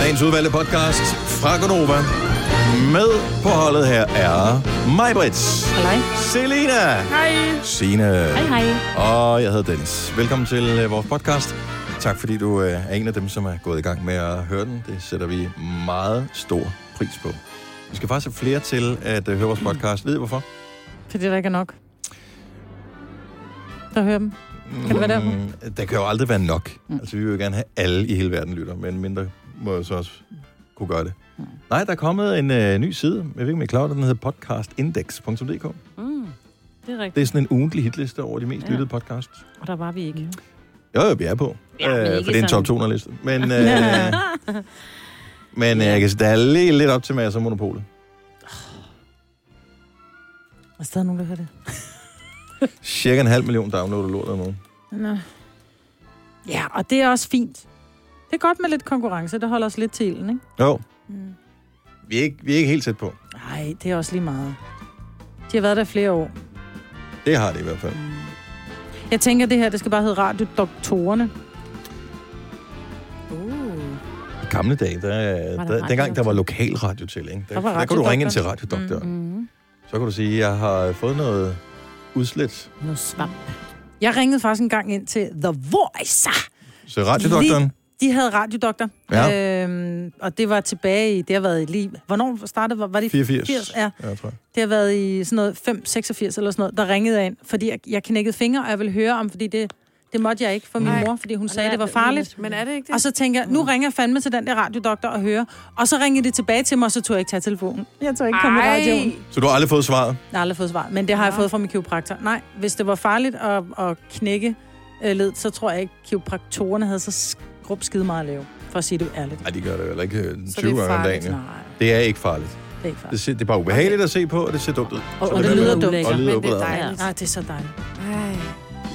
dagens udvalgte podcast fra Gonova. Med på holdet her er Majbrits. Hej. Selina. Hej. Sina. Hej, hej. Og jeg hedder Dennis. Velkommen til øh, vores podcast. Tak fordi du øh, er en af dem, som er gået i gang med at høre den. Det sætter vi meget stor pris på. Vi skal faktisk have flere til at øh, høre vores podcast. Ved I hvorfor? Fordi der ikke er nok. Der hører dem. Kan det være derfor? Mm, der kan jo aldrig være nok. Mm. Altså, vi vil jo gerne have alle i hele verden lytter, men mindre må jo så også kunne gøre det. Mm. Nej, der er kommet en øh, ny side. Jeg ved ikke, om I er klar over det, den hedder podcastindex.dk. Mm, det er rigtigt. Det er sådan en ugentlig hitliste over de mest ja. lyttede podcasts. Og der var vi Mm. ikke. Jo, jo, vi er på. Øh, Ja, men ikke for det er en top sådan. 200 liste. Men, øh, men øh, jeg kan sige, der er lige lidt op til masser af monopolet. Der er stadig nogen, der hører det. Cirka en halv million downloader lort om ugen. Nå. Ja, og det er også fint. Det er godt med lidt konkurrence, der holder os lidt til ilden, ikke? Jo, Mm. vi er, ikke, vi er ikke helt tæt på. Nej, det er også lige meget. De har været der i flere år. Det har det i hvert fald. Jeg tænker, det her, det skal bare hedde Radio Doktorerne. Uh. I gamle dage, der, der, der der, dengang der var lokalradio til, ikke? Der, der, der kunne du ringe ind til radiodoktoren. Mm. Mm. Så kan du sige, jeg har fået noget udslet. Noget svamp. Jeg ringede faktisk en gang ind til The Voice. Så radiodoktoren, De havde radiodoktor. Ja. Øhm, og det var tilbage i, det har været i lige... Hvornår startede, var, var det i 84. 80? Ja, Ja, tror jeg. det har været i sådan noget 5, 86 eller sådan noget, der ringede jeg ind, fordi jeg, jeg knækkede fingre, og jeg ville høre om, fordi det, det måtte jeg ikke for min Nej. mor, fordi hun sagde, er det var det farligt. ulækkert. Men er det ikke det? Mm. Og så tænker jeg, nu ringer jeg fandme til den der radiodoktor og hører. Og så ringede det tilbage til mig, og så tog jeg ikke tage telefonen. Jeg tog ikke komme i radioen. Så du har aldrig fået svaret? Jeg har aldrig fået svar, men det har jeg fået fra min kiropraktor. Nej, hvis det var farligt at, at knække øh, led, så tror jeg ikke, kiropraktorerne havde så skrub skide meget at lave, for at sige det ærligt. Nej, de gør det jo heller ikke øh, 20 Så det er gange om dagen. farligt. jo. Nej, Det er ikke farligt. det er ikke Det, farligt. ser, det er bare ubehageligt at se på, og det ser dumt ud. Og, Så og det er lyder jo- dumt. Og lyder men det er ubehageligt. dejligt. Nej, det er så dejligt. Ej,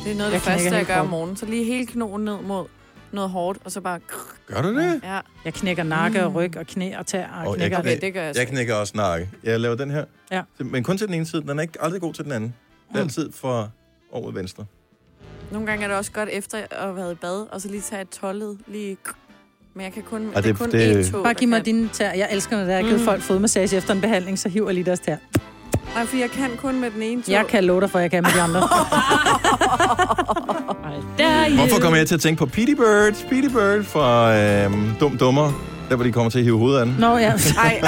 det er noget af Jeg det første, knækker jeg helt gør om for. morgenen. Så lige hele knogen ned mod noget hårdt, og så bare... krrr. Gør du det? Ja, Jeg knækker nakke og Mm. ryg og knæ og tær og Og oh, jeg knækker. kan- Jeg, okay, det gør jeg så. Jeg knækker også nakke. Jeg laver den her. Ja. Men kun til den ene side. Den er ikke aldrig god til den anden. Den er Mm. altid for over venstre. Nogle gange er det også godt efter at have været i bad, og så lige tage et tollet, lige... krrr. Men jeg kan kun, det, det- er kun det- én tog, Bare der giv mig kan. dine tær. Jeg elsker, når der er givet Mm. folk fodmassage efter en behandling, så hiver jeg lige deres tær. Nej, for jeg kan kun med den ene tog. Jeg kan love dig for, at jeg kan med de andre. Hvorfor kommer jeg til at tænke på Petey Bird? Petey Bird fra øhm, Dum Dummer. Der, hvor de kommer til at hive hovedet an. Nå, ja. Ej,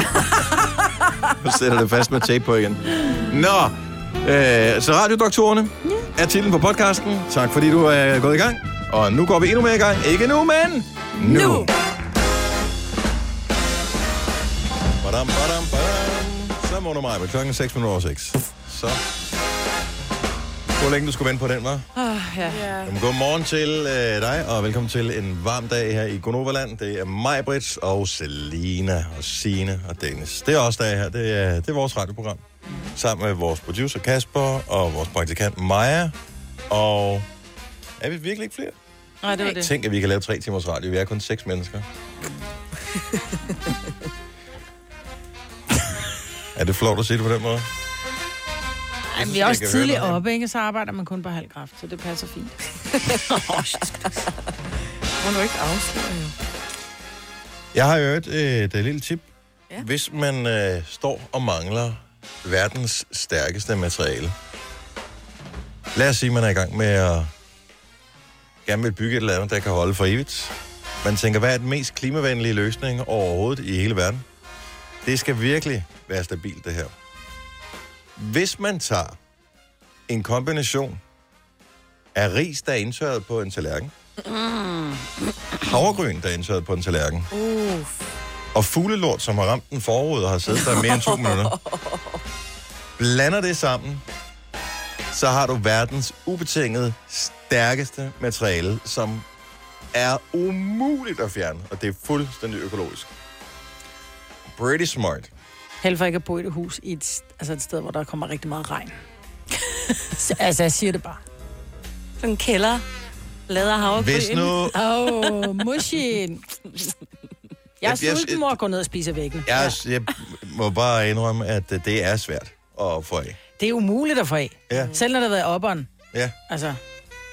Så sætter det fast med tape på igen. Nå, øh, så Radiodoktorerne er titlen på podcasten. Tak fordi du er gået i gang. Og nu går vi endnu mere i gang. Ikke nu, men nu. Nu. Badam, badam, badam. Så må du mig med klokken 6 minutter over 6. Så. Hvor længe du skulle vente på den, var? Ah, ja. Jamen, god morgen til øh, dig, og velkommen til en varm dag her i Gonoverland. Det er mig, Brits, og Selina, og Sine og Dennis. Det er også dag her. Det er, det er vores radioprogram. Sammen med vores producer Kasper, og vores praktikant Maja. Og er vi virkelig ikke flere? Nej, det var det. Tænk, at vi kan lave tre timers radio. Vi er kun seks mennesker. er det flot at sige det på den måde? Ej, men vi er også tidligt oppe, ikke? Så arbejder man kun på halv kraft, så det passer fint. Må du ikke afsløre, jo. Jeg har hørt øh, et øh, lille tip. Ja. Ja. Hvis man øh, står og mangler verdens stærkeste materiale. Lad os sige, at man er i gang med at gerne vil bygge et eller andet, der kan holde for evigt. Man tænker, hvad er den mest klimavenlige løsning overhovedet i hele verden? Det skal virkelig være stabilt, det her. Hvis man tager en kombination af ris, der er indtørret på en tallerken, havregryn, der er indtørret på en tallerken, Uff. og fuglelort, som har ramt den forud og har siddet der i mere end to minutter. Blander det sammen, så har du verdens ubetinget stærkeste materiale, som er umuligt at fjerne, og det er fuldstændig økologisk. Pretty smart. Held for ikke at bo i et hus i et, st- altså et sted, hvor der kommer rigtig meget regn. Så- altså, jeg siger det bare. Sådan en kælder. Lader havregryn. Hvis nu... Åh, oh, mushin. Jeg er Jeg- jeg- sulten, mor. Gå ned og spise væggen. Ja. Jeg, jeg må bare indrømme, at øh, det er svært at få af. Det er umuligt at få af. Ja. Selv når der har været opperen. Ja. Altså,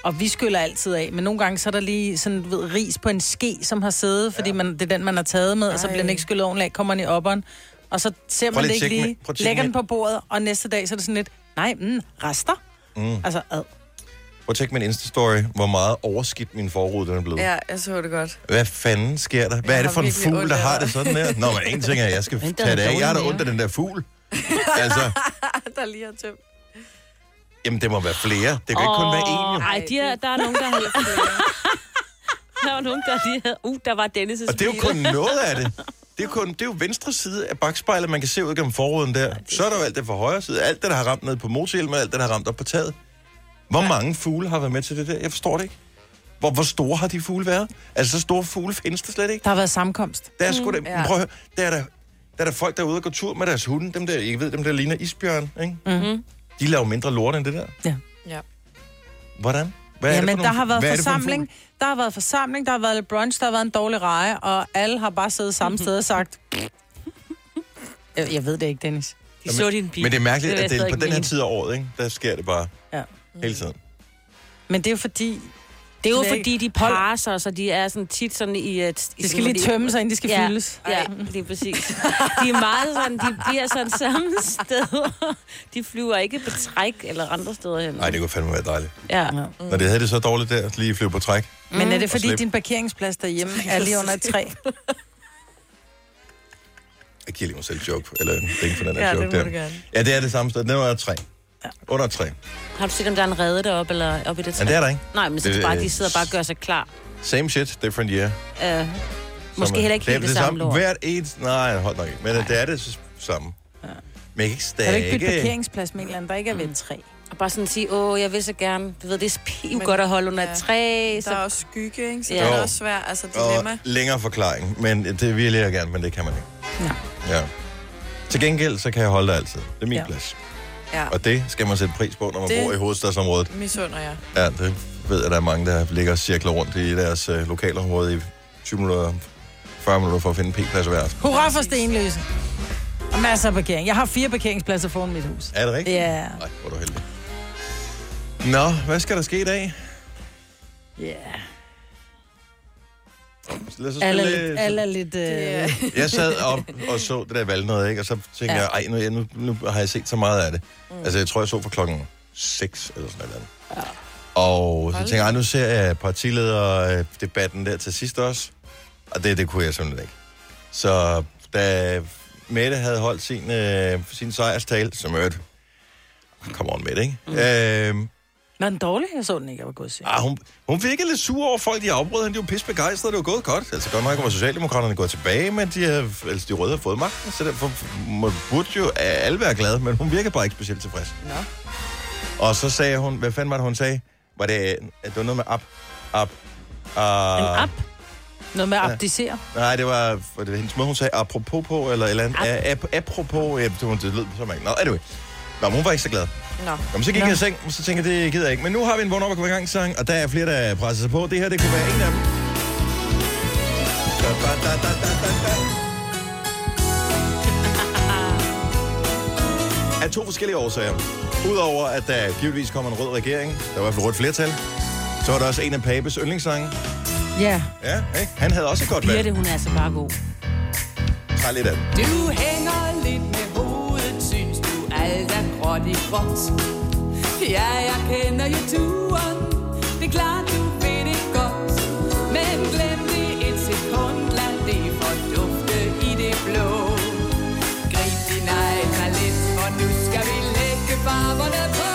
Og vi skyller altid af, men nogle gange så er der lige sådan, du ved, ris på en ske, som har siddet, fordi man, det er den, man har taget med, og så Ej. bliver den ikke skyllet ordentligt af, kommer den i opperen, og så ser Prøv man lige det at ikke tjekke med- lige, prøv at tjekke lægger med- den på bordet, og næste dag så er det sådan lidt, nej, mm, rester. Mm. Altså, ad. Prøv at tjekke min Insta-story, hvor meget overskidt min forrude den er blevet. Ja. Ja, jeg så det godt. Hvad fanden sker der? Hvad er Jeg det har for en virkelig fugl, ondt der af har dig. det sådan her? Nå, men en ting er, at jeg skal Men den tage er det af. Jeg har da dårlig ondt af den der fugl. altså, Der lige har tømt. jamen det må være flere. Det kan oh. ikke kun være én, jo. Ej, de er, der er nogen, der har... der var nogen, der lige havde... Uh, der var Dennis' Og det er jo kun noget af det. Det er, jo kun, det er jo venstre side af bakspejlet, man kan se ud gennem forruden der. Så er der jo alt det fra højre side. Alt det, der har ramt ned på motorhjelmen, alt det, der har ramt op på taget. Hvor mange fugle har været med til det der? Jeg forstår det ikke. Hvor, hvor store har de fugle været? Altså, så store fugle findes der slet ikke. Der har været sammenkomst. Der er sgu da, ja. prøv at høre, der er der, der er der folk, der er ude og går tur med deres hunde. Dem der, jeg ved, dem der ligner isbjørn, ikke? Mhm. De laver mindre lort end det der. Ja. Ja. Hvordan? Hvad Ja, men for der nogle- har været hvad er det for en forsamling, der har været forsamling, der har været lidt brunch, der har været en dårlig reje, og alle har bare siddet samme sted og sagt... Jeg, jeg ved det ikke, Dennis. De så din fugl? bil. Men det er mærkeligt, vil at jeg det er stadig på den her mene. tid af året, ikke? Der sker det bare Ja. Mm. hele tiden. Men det er jo fordi, Det er jo Knæk. fordi, de parer sig, så de er sådan tit sådan i... et... i de skal lige tømme sig, inden de skal ja, fyldes. Ja, lige præcis. De er meget sådan, de bliver sådan samme sted. De flyver ikke på træk eller andre steder hen. Nej, det kunne fandme være dejligt. Ja. Mm. Når det havde det så dårligt der, at lige flyve på træk. Men er det Mm. Og fordi, slip. din parkeringsplads derhjemme er lige under et træ? Jeg giver lige mig selv joke, eller en ting for den her Ja, det joke må der. du gerne. Ja, det er det samme sted. Den var tre. Under tre. Men Har du set, om der er en redde deroppe eller oppe i det træ? det er der ikke. Nej, men så Det- det, det bare, de sidder bare og gør sig klar. Same shit, different year. Uh, måske Som- heller ikke helt det, samme lort. Hvert et... Nej, hold nok ikke. Men nej. det er det s- samme. Men jeg kan ikke Kan du stakke... ikke bytte parkeringsplads med en eller anden, der ikke er ved et træ? Og bare sådan sige, åh, jeg vil så gerne. Du ved, det er piv Men- godt at holde under ja. et træ. Der er Så... også skygge, ikke? Så Ja. ja. det Jo. er også svært. Altså dilemma. og længere forklaring, men det vil jeg gerne, men det kan man ikke. Nej. Ja. Til gengæld, så kan jeg holde dig altid. Det er min ja. Ja. plads. Ja. Og det skal man sætte pris på, når man det... Det- bor i hovedstadsområdet. Misunder jeg. Ja, det ved jeg, der er mange, der ligger og cirkler rundt i deres øh, lokalområde i 20 minutter, 40 minutter for at finde en p-plads hver aften. Hurra for Stenløse! Og masser af parkering. Jeg har fire parkeringspladser foran mit hus. Er det rigtigt? Ja. Nej, hvor er du heldig. Nå, hvad skal der ske i dag? Yeah. Lad os så Alle, er spille, øh, lidt, alle er lidt... Øh, Det, øh, Jeg sad op og så det der valgnød, ikke? Og så tænkte ja. Ja. jeg, ej, nu, jeg- nu, nu har jeg set så meget af det. Mm. Altså, jeg tror, jeg så fra klokken 6 eller sådan noget. Ja. Og så tænkte jeg, ej, nu ser jeg partilederdebatten der til sidst også. Og det, det kunne jeg simpelthen ikke. Så da Mette havde holdt sin, øh, sin sejrstale, som øvrigt, come on Mette, ikke? Mm. Øh, Var den dårlig? Jeg så den ikke, jeg var god syg. Ah, hun, hun virkede lidt sur over folk, de afbrød hende. De var pisse begejstrede, det var gået godt. Altså godt nok var Socialdemokraterne gået tilbage, men de, havde, altså, de røde har fået magten, så derfor må, burde jo alle være glade, men hun virker bare ikke specielt tilfreds. Nå. Og så sagde hun, hvad fanden var det, hun sagde? Var det, at det var noget med op, op, Uh, En app? Noget med at abdicere. Nej, det var, var det hendes måde, hun sagde apropos på, eller et eller andet. A- ap- apropos, ja, det, var- det lød som ikke. Nå, anyway. Nå, men hun var ikke så glad. Nå. Jamen, så gik jeg i seng, og så tænkte jeg, det gider jeg ikke. Men nu har vi en vågn op og komme i gang sang, og der er flere, der presser sig på. Det her, det kunne være en af dem. Da, da, da, da, da, da, da. Af to forskellige årsager. Udover at der givetvis kommer en rød regering, der var i hvert fald rødt flertal, så var der også en af Papes yndlingssange. Ja. Ja, ikke? Han havde også et godt valg. Birte, hun er altså bare god. Tag lidt af den. Du hænger lidt med hovedet, synes du alt er gråt i gråt. Ja, jeg kender jo turen, det er klart du ved det godt. Men glem det et sekund, lad det fordufte i det blå. Grib din egen talent, for nu skal vi lægge farverne på.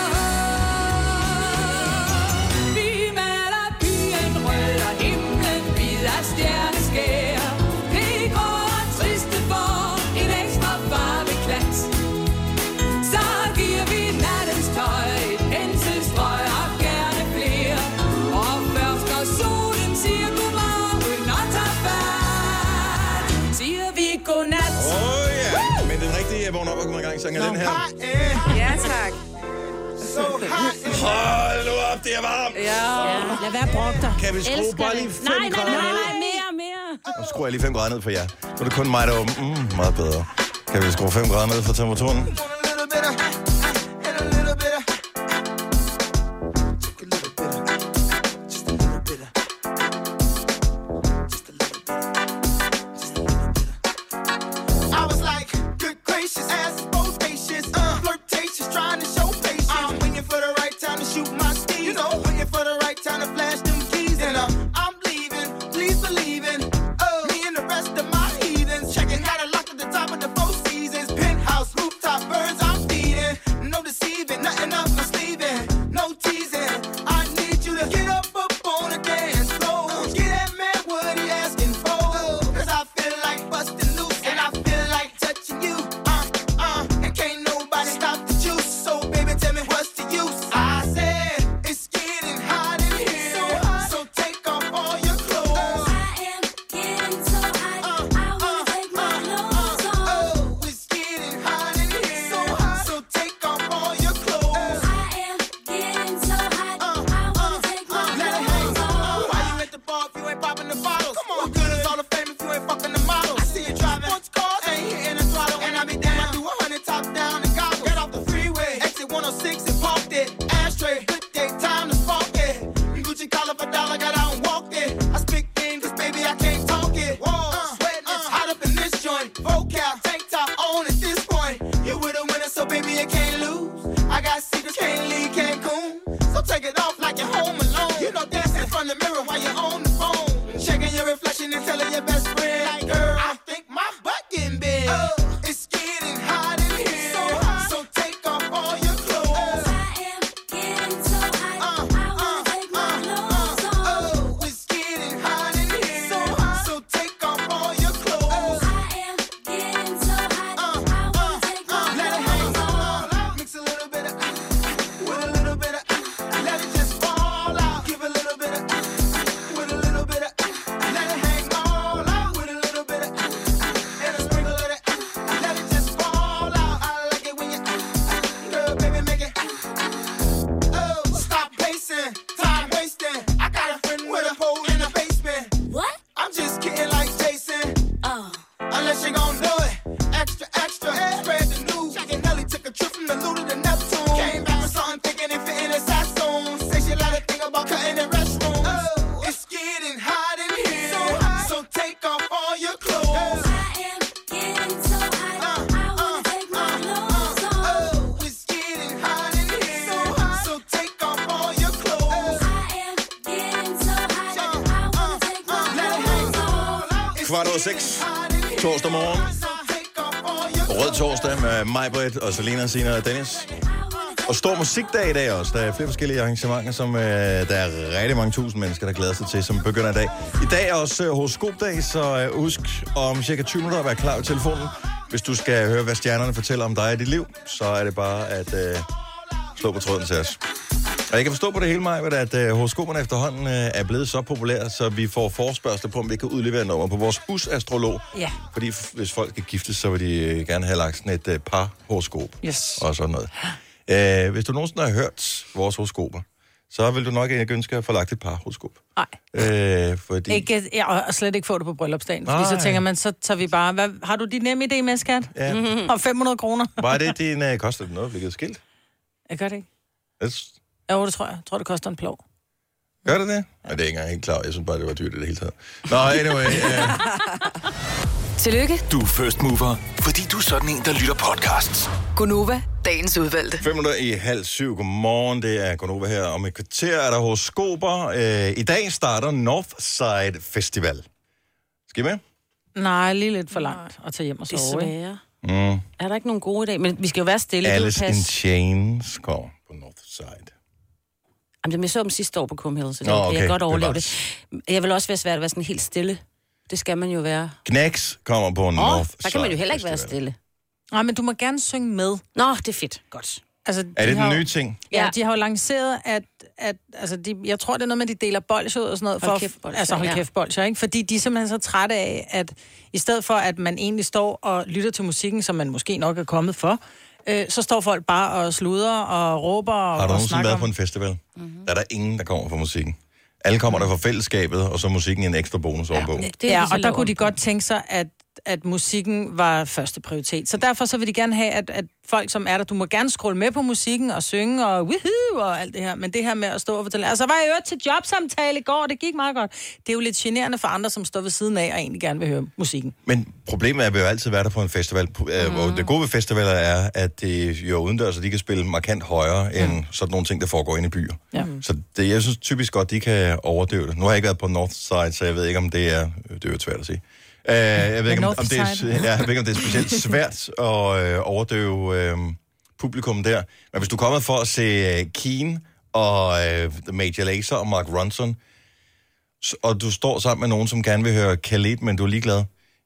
Vi maler byen rød og himlen hvid af stjerneskær. Det går og triste for en ekstra farveklat. Så giver vi nattens tøj et penselstrøg og gerne flere. Og først når solen siger godmorgen og tager fat, siger vi godnat. Åh oh, ja, men den rigtige vågn op og komme i gang sang er den her. Ja, tak. Hold nu op, det er varmt. Ja. Lad være brok dig. Kan vi skrue bare lige 5 Nej, nej, grader nej, ned? nej, mere, mere. Nu skruer jeg lige 5 grader ned for jer. Nu er det kun mig, der er åben. Mm, meget bedre. Kan vi skrue 5 grader ned for temperaturen? Kvart over seks. Torsdag morgen. Rød torsdag med mig, Britt og Selina, Sina og Dennis. Og stor musikdag i dag også. Der er flere forskellige arrangementer, som øh, der er rigtig mange tusind mennesker, der glæder sig til, som begynder i dag. I dag er også øh, horoskopdag, så øh, husk om cirka 20 minutter at være klar ved telefonen. Hvis du skal høre, hvad stjernerne fortæller om dig i dit liv, så er det bare at øh, slå på tråden til os. Og jeg kan forstå på det hele, Maja, at øh, horoskoperne efterhånden øh, er blevet så populære, så vi får forspørgseler på, om vi kan udlevere nummer på vores busastrolog. Ja. Fordi f- hvis folk skal giftes, så vil de øh, gerne have lagt sådan et øh, par horoskop Yes. og sådan noget. Øh, hvis du nogensinde har hørt vores horoskoper, så vil du nok ikke ønske at få lagt et par horoskop. Nej. Øh, fordi... Ikke, ja, og- og slet ikke få det på bryllupsdagen. Fordi Nej. så tænker man, så tager vi bare, hvad, har du dit nemme idé med, skat? Ja. Og 500 kroner. Var det din... Øh, koster det noget? Bliver det skilt? Jeg gør det ikke. Yes. Jo, det tror jeg. Jeg tror, det koster en plov. Gør det det? Ja. det er ikke engang helt klar. Jeg synes bare, det var dyrt i det hele taget. Nå, anyway. Øh, Tillykke, Du er first mover, fordi du er sådan en, der lytter podcasts. Gunova, dagens udvalgte. 500 i halv syv. Godmorgen, det er Gunova her. Om et kvarter er der horoskoper. Øh, I dag starter Northside Festival. Skal I med? Nej, lige lidt for langt at tage hjem og sove. Ikke? Desværre. Mm. Er der ikke nogen gode i dag? Men vi skal jo være stille. det Alice er in jo pas. Chains går på Northside. Jamen, jeg så dem sidste år på Cum Hill, så det Nå, Nå, okay. okay. jeg kan godt Det overleve var det. Jeg vil også være svært at være sådan helt stille. Det skal man jo være. Knacks kommer på Åh, oh, Northside der kan man jo heller ikke være Festival. stille. Nej, men du må gerne synge med. Nå, det er fedt. Godt. Altså, Er de det har den jo- nye ting? Ja, Ja. de har jo lanceret, at, at altså de, jeg tror, det er noget med, at de deler bolsjer ud og sådan noget. Hold For, kæft, bolsjer, altså, hold ja. kæft, bolsjer, ikke? Fordi de er simpelthen så trætte af, at i stedet for, at man egentlig står og lytter til musikken, som man måske nok er kommet for, øh, så står folk bare og sluder og råber og, Har du og nogensinde snakker været om... på en festival? Mhm. Mm-hmm. Der er der ingen, der kommer for musikken. Alle kommer der for fællesskabet, og så musikken er en ekstra bonus ovenpå. Ja, Det er ligesom ja, vi så og der lavet kunne de om på. godt tænke sig, at, at musikken var første prioritet. Så derfor så vil de gerne have, at, at folk, som er der, du må gerne scrolle med på musikken og synge og woohoo og alt det her. Men det her med at stå og fortælle, altså var jeg øvrigt til jobsamtale i går, det gik meget godt. Det er jo lidt generende for andre, som står ved siden af og egentlig gerne vil høre musikken. Men problemet er, at vi jo altid være der på en festival. Mm. Det gode ved festivaler er, at det jo er udendørs, og de kan spille markant højere mm. end sådan nogle ting, der foregår inde i byer. Ja. Så det, jeg synes typisk godt, de kan overdøve det. Nu har jeg ikke været på Northside, så jeg ved ikke, om det er... Det er jo svært at sige. Uh, jeg, ved ikke, om, om det er, Northside. ja, jeg ved ikke, om det er specielt svært at øh, overdøve øh, publikum der. Men hvis du kommer for at se øh, Keen og øh, Major Lazer og Mark Ronson, s- og du står sammen med nogen, som gerne vil høre Khalid, men du er ligeglad,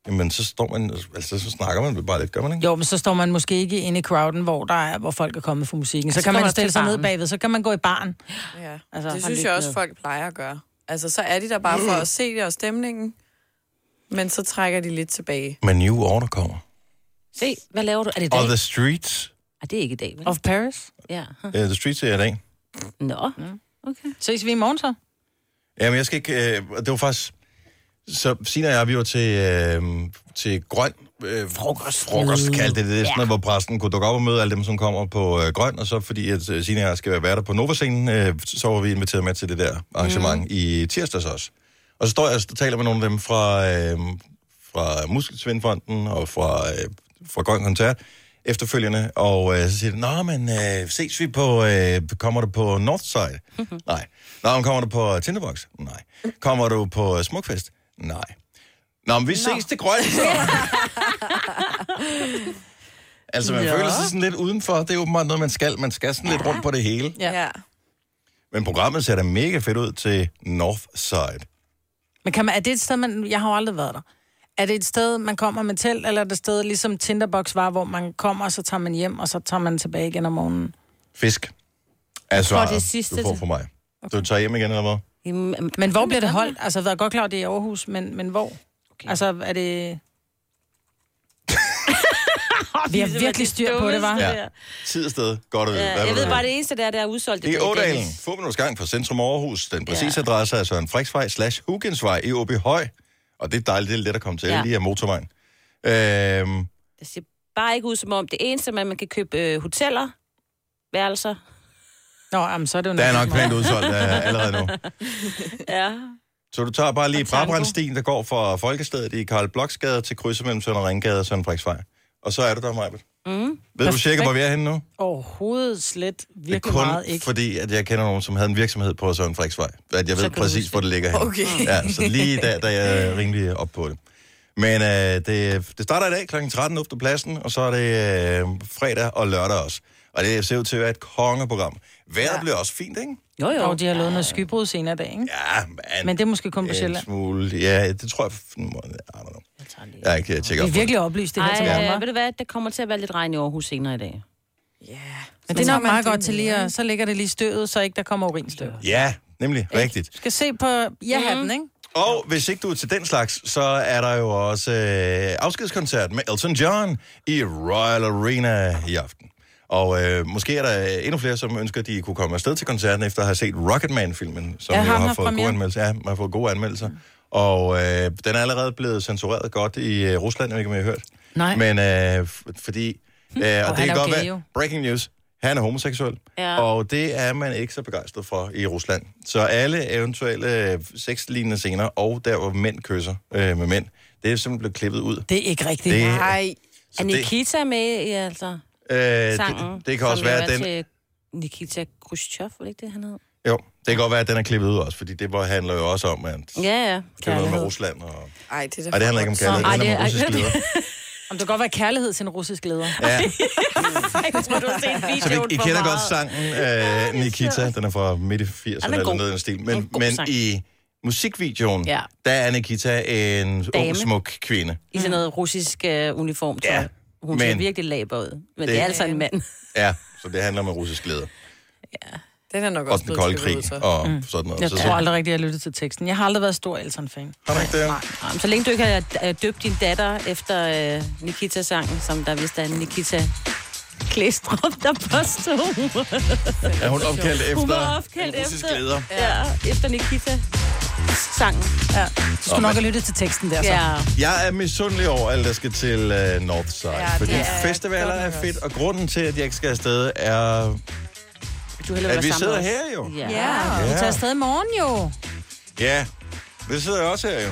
jamen så står man, altså så snakker man vel bare lidt, gør man ikke? Jo, men så står man måske ikke inde i crowden, hvor, der er, hvor folk er kommet for musikken. Så, Så kan man Altså, står man jo op stille til sig ned baren. bagved, så kan man gå i baren. Ja. Altså, Altså, det har synes lidt jeg også, med. folk plejer at gøre. Altså, så er de der bare for at se det og stemningen, men så trækker de lidt tilbage. Men New Order kommer. Se, hvad laver du? Er det i dag? Og The Streets, Ah, det er ikke i dag, vel? Of Paris. Ja. uh, The Streets er i dag. Nå. Mm, Okay. Ses vi i morgen så? Jamen, jeg skal ikke... Øh, det var faktisk... Så Sina og jeg, vi var til, øh, til grøn... Øh, frokost. Frokost kaldte det det. Sådan noget, hvor præsten kunne dukke op og møde alle dem, som kommer på øh, grøn. Og så fordi at øh, Sina og jeg skal være der på Nova-scenen, øh, så var vi inviteret med til det der arrangement mm. i tirsdags også. Og så står jeg og taler med nogle af dem fra, øh, fra Muskelsvindfonden og fra, øh, fra Grøn Koncert efterfølgende, og øh, så siger de, Nå, men øh, ses vi på, øh, kommer du på Northside? Nej. Nå, men kommer du på Tinderbox? Nej. Kommer du på øh, Smukfest? Nej. Nå, men vi ses til grøn, så. altså, man ja. Ja. føler sig sådan lidt udenfor. Det er åbenbart noget, man skal. Man skal sådan lidt rundt på det hele. Ja. ja. Men programmet ser da mega fedt ud til Northside. Men kan man, er det et sted, man... Jeg har jo aldrig været der. Er det et sted, man kommer med telt, eller er det et sted, ligesom Tinderbox var, hvor man kommer, og så tager man hjem, og så tager man tilbage igen om morgenen? Fisk. Altså, tror, det er sidste du får til- for mig. Okay. Du tager hjem igen, eller hvad? Jamen, øhm, Men hvor bliver det holdt? Altså, jeg er godt klar, at det er i Aarhus, men, men hvor? Okay. Altså, er det... Vi har det var virkelig det styr på det, var. dummeste. Ja. Tid og sted. Godt at vide. Ja, Hvad jeg vil ved du bare, have? det eneste, der er, det er udsolgt. Det er dag, Ådalen. Dennis. Få minutters gang fra Centrum Aarhus. Den præcise Ja. adresse er Søren Friksvej slash Hugensvej i Åbyhøj. Og det er dejligt, det er let at komme til. Ja. Ja. Lige af motorvejen. Øhm, Det ser bare ikke ud som om det eneste, man, man kan købe øh, hoteller, værelser. Nå, jamen, så er det jo der er nok næsten pænt udsolgt øh, allerede nu. Ja. Så du tager bare lige Og tango. Brabrandstien, der går fra Folkestedet i Karl Bloksgade til krydset mellem Sønder Ringgade og Sønder Friksvej. Og så er du der, Majbet. Mm. Ved du Perfekt. cirka, hvor vi er henne nu? Overhovedet slet Det er virkelig kun meget ikke. fordi, at jeg kender nogen, som havde en virksomhed på Søren Friksvej. At jeg ved kan du præcis, huske hvor det ligger henne. Okay. Ja, så lige i dag, der er jeg rimelig op på det. Men øh, det, det starter i dag kl. 13 ude på pladsen, og så er det øh, fredag og lørdag også. Og det ser ud til at være et kongeprogram. Vejret ja. bliver også fint, ikke? Jo, jo. Og de har lavet noget skybrud senere i dag, ikke? Ja, men, Men det er måske kun på Sjælland. smule. Ja, det tror jeg... I don't know. Jeg har ikke tjekket Vi op er på det. virkelig oplyst det her til Ej, øh, morgen, ved hva'? du hvad, der kommer til at være lidt regn i Aarhus senere i dag. Men det er nok meget godt til lige at... Så ligger det lige i støvet, så ikke der kommer urinstøv. Ja, nemlig. Rigtigt. Skal se på... Jeg har den, ikke? Og hvis ikke du er til den slags, så er der jo også øh, afskedskoncert med Elton John i Royal Arena i aften. Og øh, måske er der endnu flere, som ønsker, at de kunne komme afsted til koncerten, efter at have set Rocketman-filmen, som Ja, jo ham har har fået gode premiere. anmeldelser. Ja, man har fået gode anmeldelser. Og øh, den er allerede blevet censureret godt i øh, Rusland, jeg ved ikke, om jeg har hørt. Nej. Hm. Men øh, f- fordi... Øh, og, og det han kan er godt gay være... jo. Breaking news. Han er homoseksuel, Ja. og det er man ikke så begejstret for i Rusland. Så alle eventuelle øh, sexlignende scener, og der hvor mænd kysser øh, med mænd, det er simpelthen blevet klippet ud. Det er ikke rigtigt. Det- Det... Nej. Er Så det, Nikita med i altså, øh, sangen? det, det kan også som være, jo er at den... Til Nikita Khrushchev, var det ikke det, han hed? Jo, det kan godt være, at den er klippet ud også, fordi det hvor handler jo også om, at det Ja, ja. er noget med Kærlighed. Rusland. Og... Ej, det er Ej, det handler ikke om kærlighed, det Ej, handler det om er- russisk leder. Om det kan godt være kærlighed til en russisk leder. Ja. Jeg tror, du har set Så videoen vi, I for kender godt meget. sangen øh, Nikita, den er fra midt i 80'erne Den er eller god. noget i den stil. Det er en Men, god men sang. i musikvideoen, Ja. der er Nikita en ung, Dame. smuk kvinde. I Mm. sådan noget russisk uh, uniform, tror Ja, ja. Hun ser men- virkelig laber ud. Men det, Det- det er altså en mand. Ja, så det handler om en russisk glæde. Den er nok Også også den blevet kolde klippet ud, krig så. og mm. sådan noget. Jeg Så, tror så, aldrig rigtigt, jeg lyttede til teksten. Jeg har aldrig været stor Elton-fan. har du ikke det? Jamen, Så længe du ikke har øh, døbt din datter efter øh, Nikita-sangen, som der vist er en Nikita Klæstrup, der påstod. Er hun opkaldt efter Hun var opkaldt en russisk efter, leder? ja, efter Nikita-sangen. Ja. Du skulle nok have lyttet til teksten der, så. ja. Jeg er misundelig over alt, der skal til uh, Northside. Ja, fordi festivaler er fedt, og grunden til, at jeg ikke skal afsted, er, Du hellere at vi være sammen sidder med os. her jo. Ja. Ja, du tager afsted i morgen jo. Ja, vi sidder jo også her jo.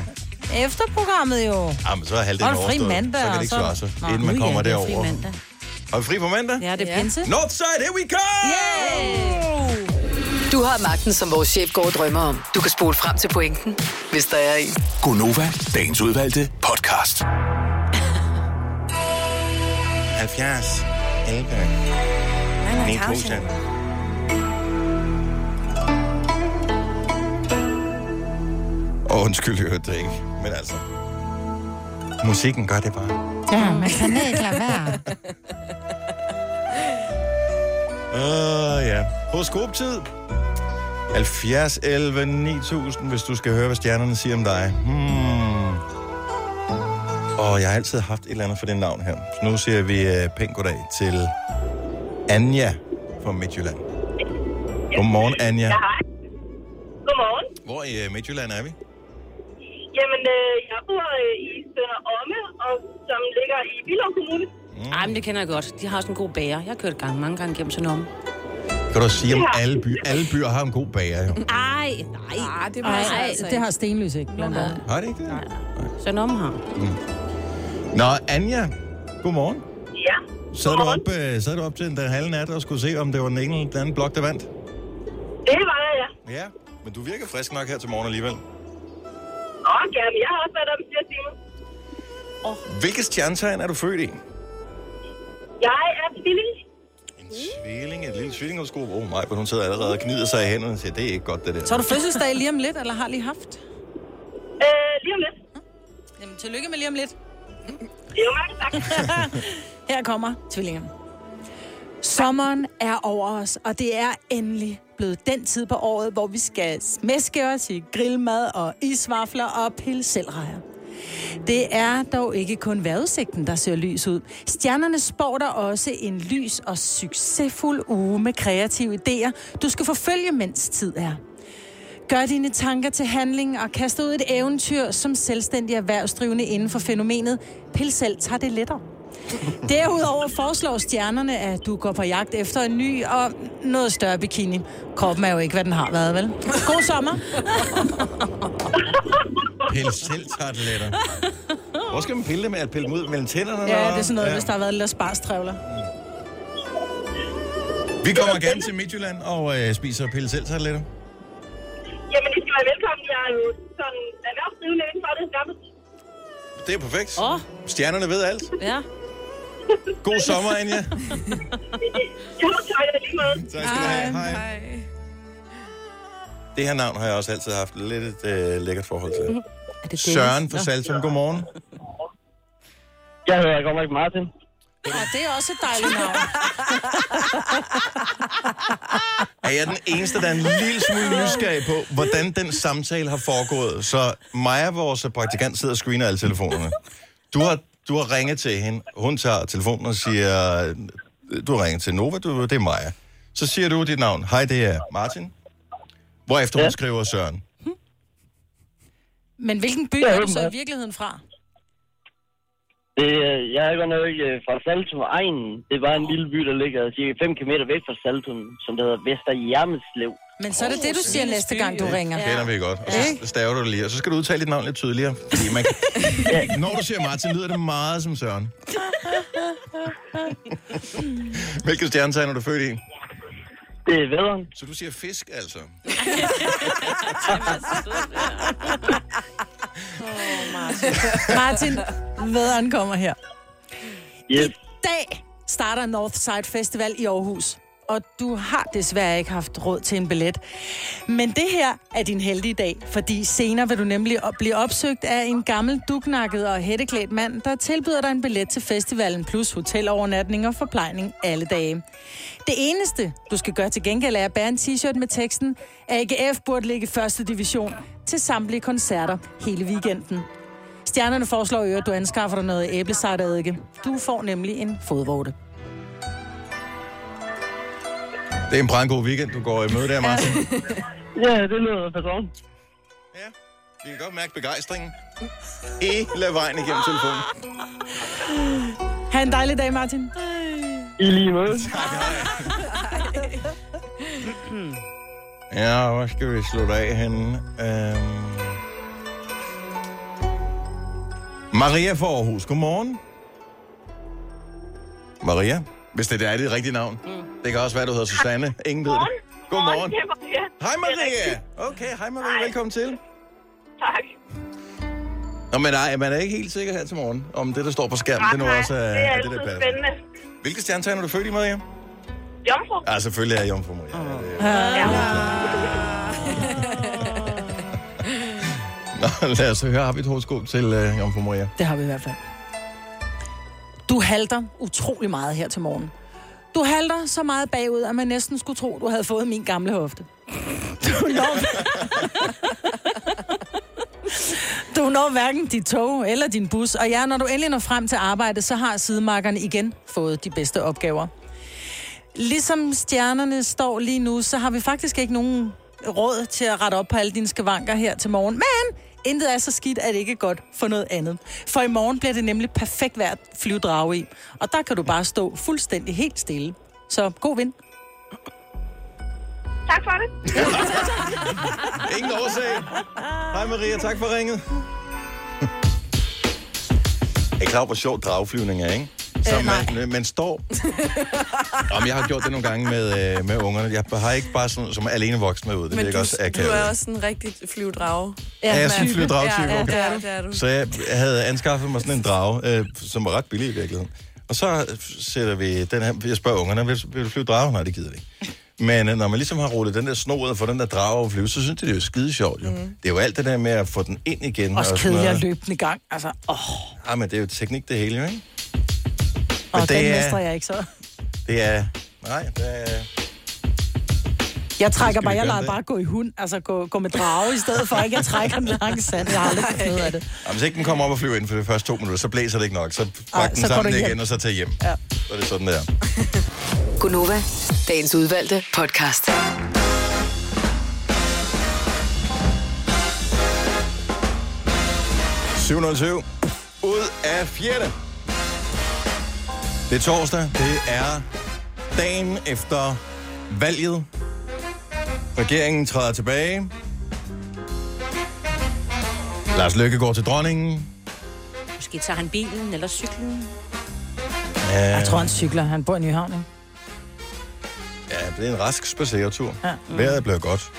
Efterprogrammet jo. Jamen, Ah, så er Og halvdelen en fri overstået. mandag, så kan det ikke og så- svare sig, Nå, inden man Gud, kommer det er fri derover. mandag. Og fri på mandag? Ja, det er pinse. Northside, here we come! Du har magten, som vores chef går og drømmer om. Du kan spole frem til pointen, hvis der er en. Gonova, dagens udvalgte podcast. 70, 11, 9000. Og undskyld, jeg hørte det ikke, men altså... Musikken gør det bare. Ja, man kan ikke lade være. Åh, uh, ja. Horoskoptid. 70, 11, 9000, hvis du skal høre, hvad stjernerne siger om dig. Hmm. Og jeg har altid haft et eller andet for det navn her. Så nu siger vi uh, pænt goddag til Anja fra Midtjylland. Godmorgen, Anja. Hej. Godmorgen. Hvor i uh, Midtjylland er vi? Jamen, øh, jeg bor øh, i Sønder Omme, og, som ligger i Billund Kommune. Ej, men det kender jeg godt. De har også en god bager. Jeg har kørt gang, mange gange gennem sådan om. Kan du sige, om alle, by, alle byer har en god bager, jo? Ej, nej. Ah, det må jeg Nej, altså det ikke. har Stenløs ikke, blandt andet. Har det ikke det? Sådan om her. Nå, Anja, godmorgen. Ja. Sad du op, øh, sad du op til den der halve nat og skulle se, om det var den ene eller den anden blok, der vandt? Det var jeg, ja. Ja, men du virker frisk nok her til morgen alligevel. Åh, gerne. Jeg har også været om flere timer. Hvilket stjernetegn er du født i? Jeg er tvilling. En tvilling, et lille tvillinghoroskop. Åh, oh, mig, hun sidder allerede og gnider sig i hænderne og siger, det er ikke godt, det der. Så har du fødselsdag lige om lidt, eller har lige haft? Øh, lige om lidt. Jamen, tillykke med lige om lidt. Jo, mange tak. Her kommer tvillingerne. Sommeren er over os, og det er endelig blevet den tid på året, hvor vi skal smæske os i grillmad og isvafler og pille selvrejer. Det er dog ikke kun vejrudsigten, der ser lys ud. Stjernerne spår dig også en lys og succesfuld uge med kreative idéer, du skal forfølge, mens tid er. Gør dine tanker til handling og kast dig ud i et eventyr som selvstændig erhvervsdrivende inden for fænomenet. Pil selv tager det lettere. Derudover foreslår stjernerne, at du går på jagt efter en ny og noget større bikini. Kroppen er jo ikke, hvad den har været, vel? God sommer. Pille selv tager det lettere. Hvor skal man pille det med? At pille dem ud mellem tænderne? Ja, eller? det er sådan noget, hvis der har været lidt sparstrævler. Vi kommer gerne til Midtjylland og øh, spiser pille selv tager det lettere. Jamen, I skal være velkommen. Jeg er jo sådan erhvervsdrivende inden for det. Nærmest. det er perfekt. Åh. Stjernerne ved alt. Ja. God sommer, Anja. Jo, tak og lige måde. Tak skal du have. Hej. Det her navn har jeg også altid haft lidt et øh, lækkert forhold til. Er det Søren fra Saltum, godmorgen. Jeg hedder godt nok Martin. Ja, det er også et dejligt navn. Er jeg den eneste, der er en lille smule nysgerrig på, hvordan den samtale har foregået? Så Maja, vores praktikant, sidder og screener alle telefonerne. Du har, du har ringet til hende. Hun tager telefonen og siger, "Øh, du har ringet til Nova, du, det er Maja. Så siger du dit navn. Hej, det er Martin. Hvorefter hun Ja. skriver Søren. Men hvilken by Ja, er du det så er. i virkeligheden fra? Det, øh, jeg er godt nok øh, fra Saltum Egen. Det er bare en lille by, der ligger cirka 5 km væk fra Saltum, som det hedder Vester Jermeslev. Men så er det det, du siger næste gang, du ringer. Kender vi godt. Og så staver du det lige. Og så skal du udtale dit navn lidt tydeligere. Fordi man kan... Når du siger Martin, lyder det meget som Søren. Hvilket stjernetegn er du født i? Det er vederen. Så du siger fisk, altså? Martin, vederen kommer her. Yes. dag starter Northside Festival i Aarhus. Og du har desværre ikke haft råd til en billet. Men det her er din heldige dag, fordi senere vil du nemlig op- blive opsøgt af en gammel duknakket og hætteklædt mand, der tilbyder dig en billet til festivalen, plus hotelovernatning og forplejning alle dage. Det eneste, du skal gøre til gengæld, er at bære en t-shirt med teksten AGF burde ligge i første division til samtlige koncerter hele weekenden. Stjernerne foreslår jo, at du anskaffer dig noget æblesejtadike. Du får nemlig en fodvorte. Det er en brandgod weekend, du går i møde der, Martin. Ja, det lyder person. Ja. Vi kan godt mærke begejstringen. Hele vejen igennem telefonen. Ha' en dejlig dag, Martin. I lige måde. Mm. Ja, hvor skal vi slutte af henne? Øhm... Maria fra Aarhus, godmorgen. Maria, hvis det er dit rigtige navn. Mm. Det kan også være, du hedder Susanne. Ingen ved det. Godmorgen. Det var- Ja, Hej Maria. Okay, hej Maria. Velkommen til. tak. Nå, men nej, man er ikke helt sikker her til morgen, om det, der står på skærmen, det nu Ah, Nej, også er, det er det, altid der passer. spændende. Hvilke stjernetegn er du født i, Maria? Jomfru. Ja, selvfølgelig er jeg jomfru Maria. Ja, det er jo- Nå, lad os høre, har vi et horoskop til uh, jomfru Maria? Det har vi i hvert fald. Du halter utrolig meget her til morgen. Du halter så meget bagud, at man næsten skulle tro, du havde fået min gamle hofte. Du når, du når hverken dit tog eller din bus, og ja, når du endelig når frem til arbejde, så har sidemarkerne igen fået de bedste opgaver. Ligesom stjernerne står lige nu, så har vi faktisk ikke nogen råd til at rette op på alle dine skavanker her til morgen. Men intet er så skidt, at det ikke er godt for noget andet. For i morgen bliver det nemlig perfekt vejr at flyve drage i. Og der kan du bare stå fuldstændig helt stille. Så god vind. Tak for det. Ingen årsag. Hej Maria, tak for ringet. Jeg er klar over, hvor sjov dragflyvning er, ikke? Så man, øh, man står... Om jeg har gjort det nogle gange med, øh, med ungerne. Jeg har ikke bare sådan, som er alene voksne ud. Det Men virker du, også du akavet. er også en rigtig flyvedrage. Ja, jeg er sådan en Ja, flyvedragtype, ja, okay. det er du. Det er du. Så jeg havde anskaffet mig sådan en drage, øh, som var ret billig i virkeligheden. Og så sætter vi den her... Jeg spørger ungerne, vil, vil du flyve drage? Nej, det gider det ikke. Men øh, når man ligesom har rullet den der snoret for den der drage over at flyve, så synes de, det er jo skide sjovt, jo. Mm. Det er jo alt det der med at få den ind igen. Også sådan kedelig at noget. løbe den i gang. Altså, åh, Ej, men det er jo teknik, det hele, jo, ikke? Men og det den er- mestrer jeg ikke så. Det er... Nej, det er... Jeg trækker vi bare, jeg gøre lader det? bare gå i hund, altså gå, gå med drage i stedet for, ikke? Jeg trækker den langs sand, jeg har aldrig fået noget af det. Og hvis ikke den kommer op og flyver inden for de første to minutter, så blæser det ikke nok. Så Ej, pak den så går sammen du igen, hjem. og så tager hjem. Ja. Så er det sådan der. Gunova, dagens udvalgte podcast. Pff, 707. Ud af fjerde. Det er torsdag. Det er dagen efter valget. Regeringen træder tilbage. Lars Løkke går til dronningen. Måske tager han bilen eller cyklen. Ja, Jeg tror, han cykler. Han bor i Nyhavn, ikke? ja, det er en rask spaceretur. Ja. Vejret er blevet godt.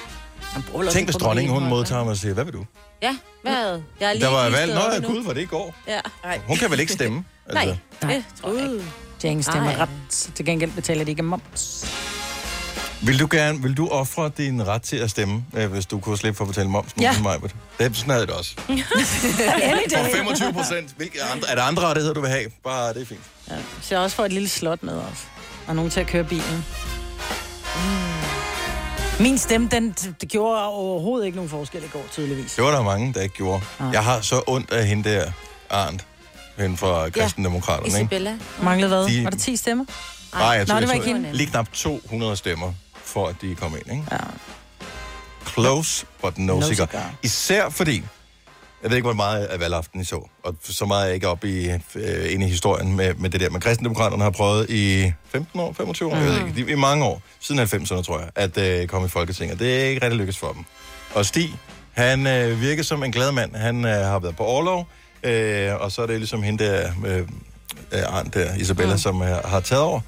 Han bruger vel også Tænk, hvis en dronningen hun proteinholk, modtager mig og siger, hvad vil du? ikke? Ja, hvad? Jeg er lige Der var listet valg. Nå, op ja, nu. gud, var det i går. Ja. Hun kan vel ikke stemme? Nej, altså. det tror jeg ikke. Jane stemmer Ej. ret, så til gengæld betaler de ikke moms. Vil du gerne, vil du ofre din ret til at stemme, øh, hvis du kunne slippe for at betale moms nu Ja. til mig? Det er sådan havde jeg det også. For 25 procent. Hvilke andre, er der andre rettigheder, du vil have? Bare det er fint. Så jeg også får et lille slot med også. Og nogen til at køre bilen. Mm. Min stemme, den det gjorde overhovedet ikke nogen forskel i går, tydeligvis. Det var der mange, der ikke gjorde. Ah. Jeg har så ondt af hende der, Arndt, hende fra Kristendemokraterne. Ja. Ikke? Isabella. Manglede hvad? De- Var det 10 stemmer? Nej, jeg Nå, tror, det jeg var ikke tror, hende. lige knap 200 stemmer, for at de kom ind. Ikke? Ja. Close, but no, No cigar. cigar. Især fordi, jeg ved ikke, hvor meget af valgaften I så, og så meget er jeg ikke oppe i, øh, inde i historien med, med det der, men kristendemokraterne har prøvet i 15 år, 25 år, mm. jeg ved ikke, de, i mange år, siden 90'erne, tror jeg, at øh, komme i Folketinget. og Det er ikke rigtig lykkedes for dem. Og Stig, han øh, virker som en glad mand. Han øh, har været på overlov, øh, og så er det ligesom hende der, øh, øh, Arndt der, Isabella, mm. som øh, har taget over.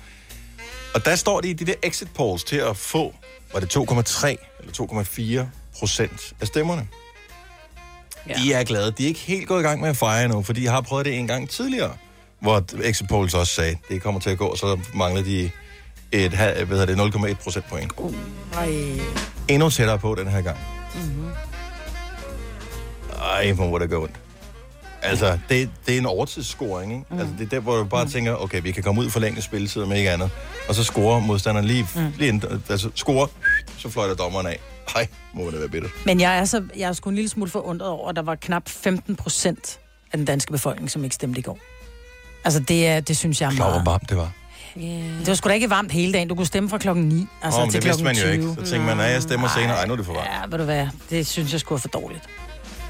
Og der står det i de der exit polls til at få, var det 2,3 eller 2,4 procent af stemmerne. Ja. De er glade. De er ikke helt gået i gang med at fejre endnu, for de har prøvet det en gang tidligere, hvor exit polls også sagde, det kommer til at gå, og så mangler de et, halv- hvad hedder det, 0,1 procent point. Uh, Endnu tættere på den her gang. Mm-hmm. Ej, hvor må det gøre ondt. Altså, det, det er en overtidsscoring, ikke? Mm. Altså, det er der, hvor du bare mm. tænker, okay, vi kan komme ud for længe spilletid, men ikke andet. Og så scorer modstanderen lige, mm. lige ind, altså scorer, så fløjter dommeren af. Ej, må det være bittert. Men jeg er, så, jeg er sgu en lille smule forundret over, at der var knap 15 procent af den danske befolkning, som ikke stemte i går. Altså, det, er, det synes jeg er Klar, meget. hvor varmt det var. Det var sgu da ikke varmt hele dagen. Du kunne stemme fra klokken 9, altså Altså, Åh, men til det vidste klokken man jo 20. ikke. Så tænkte man, nej, jeg stemmer senere. Ej, nu er det for varmt. Ja, ved du hvad, det synes jeg skulle er for dårligt.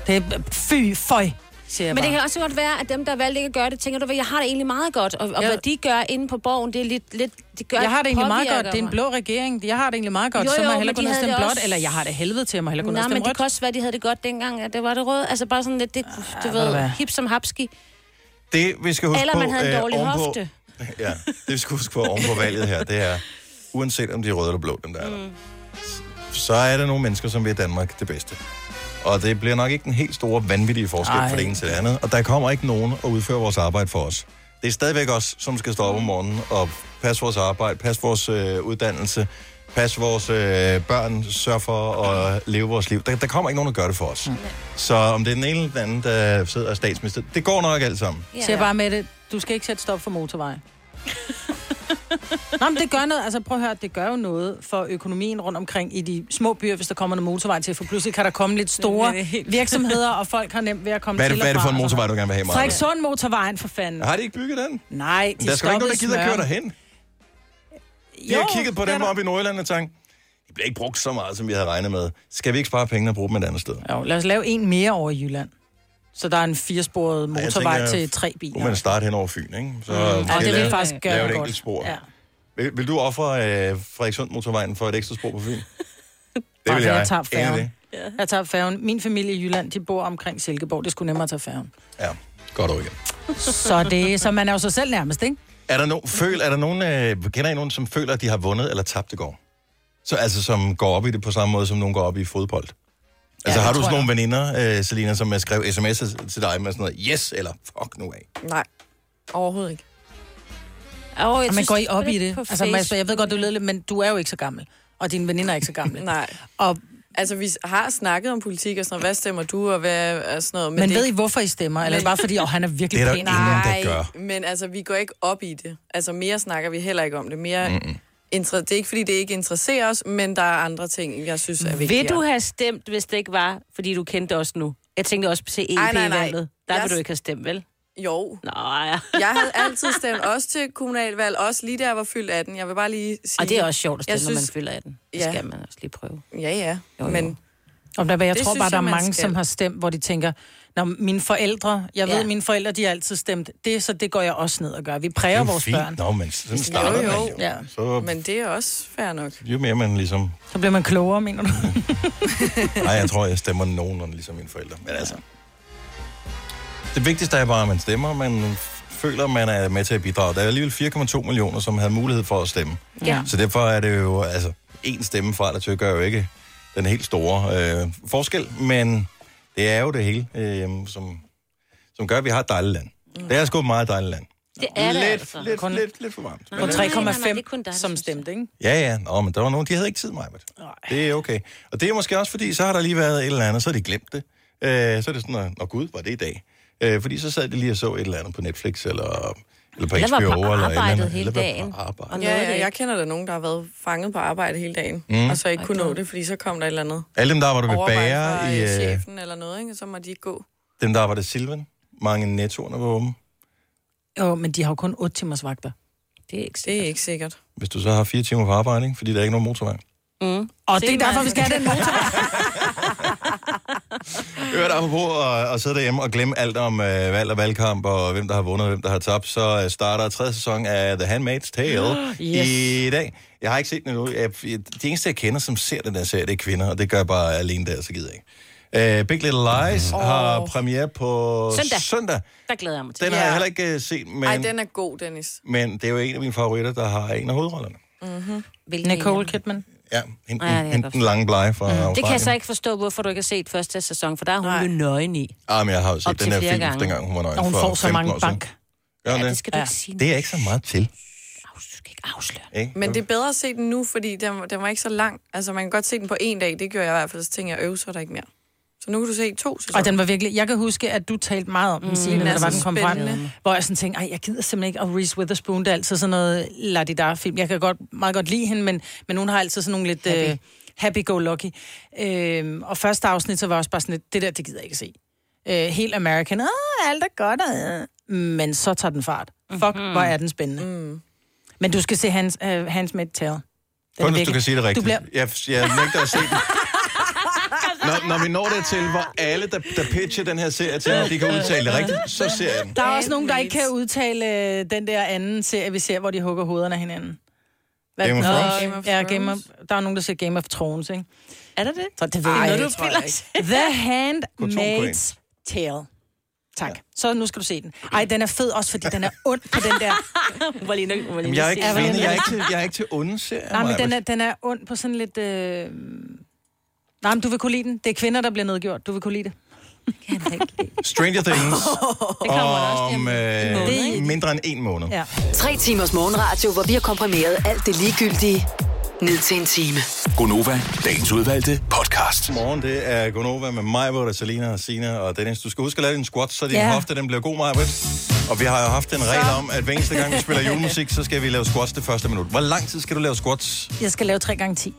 Det er fy, føj, siger jeg Men det bare. kan også godt være, at dem, der valgte ikke at gøre det, tænker du, hvad, jeg har det egentlig meget godt. Og, og Ja. hvad de gør inde på borgen, det er lidt... lidt det gør, Jeg har det egentlig meget påvirker godt. Det er en mig. blå regering. Jeg har det egentlig meget godt. Jo, så må jeg jo, men hellere de gå ned og havde stemme det blåt, også- eller jeg har det helvede til, at jeg må hellere gå ned og Nej, men stemme det rødt. kan også være, at de havde det godt dengang, at det var det røde. Altså bare sådan lidt, det, du ved du ved, hvad. hip som hapski. Det, vi skal huske Eller på, man havde en øh, dårlig ovenpå- hofte. ja, det vi skal huske på oven på valget her, det er, uanset om de er røde eller blå, dem der er der, Mm. så er der nogle mennesker, som vil Danmark det bedste. Og det bliver nok ikke den helt store vanvittige forskel Ej. Ej. fra det ene til det andet. Og der kommer ikke nogen og udføre vores arbejde for os. Det er stadigvæk os, som skal stå op om morgenen og passe vores arbejde, passe vores øh, uddannelse, passe vores øh, børn, sørge for at leve vores liv. Der, der kommer ikke nogen, der gør det for Mm. os. Så om det er den ene eller den anden, der sidder statsminister, det går nok alt sammen. Ja. Siger bare med det, du skal ikke sætte stop for motorvej. Nå, men det gør noget. Altså, prøv at høre, det gør jo noget for økonomien rundt omkring i de små byer, hvis der kommer noget motorvej til, for pludselig kan der komme lidt store virksomheder, og folk har nemt ved at komme Hvad er det, til hvad er det og for fra. en motorvej, du gerne vil have, Maja? Frederikssund motorvejen for fanden. Har de ikke bygget den? Nej, de Der skal ikke nogen, der gider at køre dig. derhen. Vi har kigget på dem op i Nordjylland og tænkt, de bliver ikke brugt så meget, som vi havde regnet med. Skal vi ikke spare pengene og bruge dem et andet sted? Jo, lad os lave en mere over i Jylland. Så der er en firesporet jeg motorvej tænker, til tre Nu biler. man starte hen over Fyn, ikke? Så mm. Og det vil faktisk gøre lave et det enkelt godt. spor. Ja. Vil, vil du ofre øh, Frederikssund Motorvejen for et ekstra spor på Fyn? Det vil fordi jeg. jeg tager Ingen færgen. idé. Jeg tager færgen. Min familie i Jylland, de bor omkring Silkeborg. Det skulle nemmere at tage færgen. Ja, godt over igen. Så, det, så man er jo sig selv nærmest, ikke? Er der, no, føl, er der nogen, øh, kender I nogen, som føler, at de har vundet eller tabt i går? Så altså, som går op i det på samme måde, som nogen går op i fodbold? Altså, ja, det har du tror sådan nogle veninder, øh, Selina, som øh, skrev sms'er til dig med sådan noget, yes, eller fuck nu af? Nej, overhovedet ikke. Oh, Og man går I op i det. Altså, Mads, jeg ved godt, du lyder lidt, men du er jo ikke så gammel. Og dine veninder er ikke så gamle. Nej. Og, Altså, vi har snakket om politik og sådan noget. Hvad stemmer du, og hvad og sådan noget. men det ved I, hvorfor I stemmer? Eller er det bare fordi, åh, han er virkelig Det er der pæn? ingen, der Nej, gør. men altså, vi går ikke op i det. Altså, mere snakker vi heller ikke om det. Mere inter- det er ikke, fordi det ikke interesserer os, men der er andre ting, jeg synes er vigtigere. Vil du have stemt, hvis det ikke var, fordi du kendte os nu? Jeg tænkte også på Ej, nej, nej. CEP-valget. Der Jeg- ville du ikke have stemt, vel? Jo. Nej. Jeg havde altid stemt også til kommunalvalg, også lige da jeg var fyldt 18. Jeg vil bare lige sige... Og det er også sjovt at Jeg stemme, når man synes- fylder 18. Det Ja. skal man også lige prøve. Ja, ja. Jo, Jo, jo. jo. Men Og der, jeg Det tror synes bare, jeg, der er man mange, skal. som har stemt, hvor de tænker, når mine forældre, jeg ved, Ja. mine forældre, de har altid stemt det, så det går jeg også ned og gør. Vi præger Det er vores fint. børn. Nå, men sådan starter jo. man jo. Ja. Så Men det er også fair nok. jo mere man ligesom... Så bliver man klogere, mener du? Nej, jeg tror, jeg stemmer nogenlunde ligesom mine forældre. Men altså... Det vigtigste er bare, at man stemmer, man føler, man er med til at bidrage. Der er alligevel 4,2 millioner, som havde mulighed for at stemme. Ja. Så derfor er det jo, altså, en stemme fra dig til gør jo ikke den helt store øh, forskel, men det er jo det hele, øh, som, som gør, at vi har et dejligt land. Mm. Det er sgu et meget dejligt land. Det er det lidt, altså. lidt, Kun- lidt, lidt for varmt. På Men, tre- nej, nej, det er 3,5, kun dig, som der synes stemte, ikke? ja, ja. Nå, men der var nogen, de havde ikke tid, Majbert. Det er okay. Og det er måske også fordi, så har der lige været et eller andet, så har de glemt det. Øh, så er det sådan, at, nå gud, var det i dag? Øh, fordi så sad de lige og så et eller andet på Netflix, eller, eller på Eller HBO, var på eller et eller arbejdet andet. hele eller var på dagen. arbejde. Og nåede Ja, det ja, ikke. jeg kender da nogen, der har været fanget på arbejde hele dagen, mm. og så ikke kunne nå det, fordi så kom der et eller andet Alle dem, der arbejder ved overvej bager, fra i, øh, øh, chefen eller noget, ikke? så må de ikke gå. dem, der arbejder i Silvan, mange nettoerne var åbne. Jo, men de har jo kun 8 timers vagter. Det er ikke Det er ikke sikkert. Hvis du så har fire timer på arbejde, ikke? fordi der er ikke nogen motorvej. Og det er derfor, vi skal have den motor. Hørt apropos at, at sidde derhjemme og glemme alt om øh, valg og valgkamp, og hvem der har vundet og hvem der har tabt, så øh, starter tredje sæson af The Handmaid's Tale yes. i dag. Jeg har ikke set den endnu. Jeg, jeg- de eneste, jeg kender, som ser den der serie, det er kvinder, og det gør jeg bare alene der, så gider jeg ikke. Øh, Big Little Lies oh. har premiere på Mhm. Søndag. søndag. Der glæder jeg mig til. Den har Ja. jeg heller ikke øh, set, men, Nej, den er god, Dennis. men det er jo en af mine favoritter, der har en af hovedrollerne. Mhm. Hvilken en Nicole af dem? Kidman. Ja, hende, Ja, det kan ja, jeg hende godt Mhm. den lange blege fra mm. Det kan jeg så ikke forstå, hvorfor du ikke har set første sæson, for der er hun Nej. jo nøgen i. Ah, men jeg har jo set Op til den her flere film, gange. dengang hun var nøgen Og hun for får så 15 mange år siden. bank. Gør hun Ja, det? det skal du Ja. ikke sige. Det er jeg ikke så meget til. Du skal ikke afsløre. Ikke? Men det er bedre at se den nu, fordi den, den var ikke så lang. Altså, man kan godt se den på en dag. Det gjorde jeg i hvert fald, så tænkte jeg, øv, så er der ikke mere. Så nu kan du se to sæsoner. Og den var virkelig... Jeg kan huske, at du talte meget om den, Signe, da er der var så den kom frem. spændende. Hvor jeg sådan tænkte, ej, jeg gider simpelthen ikke, og Reese Witherspoon, det er altid sådan noget la film Jeg kan godt, meget godt lide hende, men, men hun har altid sådan nogle lidt happy, øh, happy go lucky. Øh, og første afsnit, så var jeg også bare sådan lidt, det der, det gider jeg ikke se. Øh, helt American, åh, alt er godt, øh. men så tager den fart. Fuck, mm-hmm. hvor er den spændende. Mm. Men du skal se Hans, øh, Hans Med Tale. Den er Kun hvis du virkelig- kan sige det rigtigt. Du bliver, Jeg, jeg nægter at se den. Når, når vi når dertil, hvor alle, der, der pitcher den her serie til, mig, de kan udtale det rigtigt, så ser jeg den. Der er også nogen, der ikke kan udtale øh, den der anden serie, vi ser, hvor de hugger hovederne af hinanden. Hvad? Game of Nå, Thrones? Game of Ja, Game of, Thrones. der er nogen, der siger Game of Thrones, ikke? Er der det? Så det ved jeg ikke. spiller sig. The point. Handmaid's Tale. Tak. Ja. Så nu skal du se den. Ej, den er fed også, fordi den er ond på den der... Hvor lige nu, hvor Jamen, lige jeg er ikke ikke... kvinde, jeg er ikke til, jeg er ikke til onde serier. Nej, men den Maja. er, den er ond på sådan lidt... Øh... Nej, men du vil kunne lide den. Det er kvinder, der bliver nedgjort. Du vil kunne lide det. Stranger Things om måned, øh, ikke? mindre end en måned. Ja. Tre timers morgenradio, hvor vi har komprimeret alt det ligegyldige ned til en time. Gonova, dagens udvalgte podcast. Morgen, det er Gonova med mig, hvor der Selina og Sina og Dennis. Du skal huske at lave din squat, så din Ja. hofte den bliver god, Maja. Og vi har jo haft en regel om, at hver eneste gang, vi spiller julemusik, så skal vi lave squats det første minut. Hvor lang tid skal du lave squats? Jeg skal lave 3 gange 10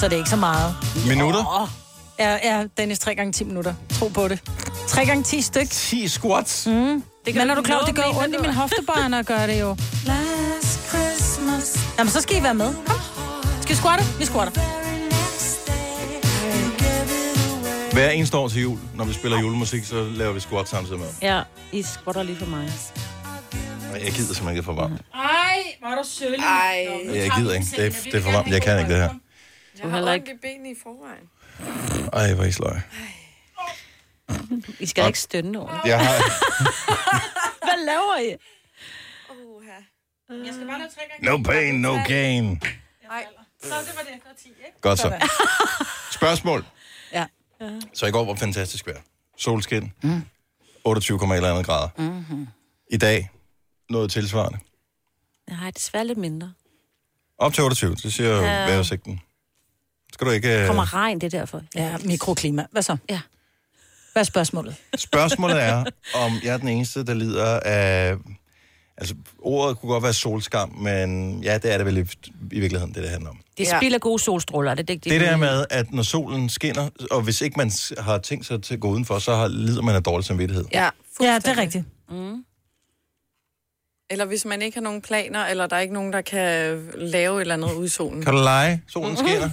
så det er ikke så meget. Minutter? Ja, ja Dennis, 3 gange 10 minutter. Tro på det. 3 gange 10 styk. 10 squats. Det Men er du klar, over, det gør ondt i min hoftebarn at gøre det jo. Jamen, så skal I være med. Kom. Skal vi squatte? Vi squatter. Hver eneste år til jul, når vi spiller julemusik, så laver vi squat samtidig med. Ja, I squatter lige for mig. Men Jeg gider simpelthen ikke for varmt. Ej, var du sølle. Ej, Jeg gider ikke. Det er, det er for varmt. Jeg kan ikke det her. jeg har heller ondt ikke- i benene i forvejen. Ej, hvor er I sløje. I skal da ikke stønne over. det. Jeg har... Hvad laver I? No pain, no gain. Nej, Godt så. Spørgsmål. Ja. Så i går var fantastisk vejr. Solskin. Mm. 28,1 eller andet grader. Mhm. I dag, noget tilsvarende. Jeg har desværre lidt mindre. Op til 28, det siger jo vejrudsigten. Skal du ikke... øh, Kommer regn, det er derfor. Ja, mikroklima. Hvad så? Ja. Hvad er spørgsmålet? Spørgsmålet er, om jeg er den eneste, der lider af... Altså, ordet kunne godt være solskam, men ja, det er det vel i, i virkeligheden, det det handler om. Det Ja. spiller gode solstråler, er det er ikke det? Det der med, at når solen skinner, og hvis ikke man s- har tænkt sig til at gå udenfor, så har, lider man af dårlig samvittighed. ja, Ja, det fuldstændig. er rigtigt. Mm. Eller hvis man ikke har nogen planer, eller der er ikke nogen, der kan lave et eller andet ude i solen. Mm-hmm. Kan du lege? Solen Mhm. skinner.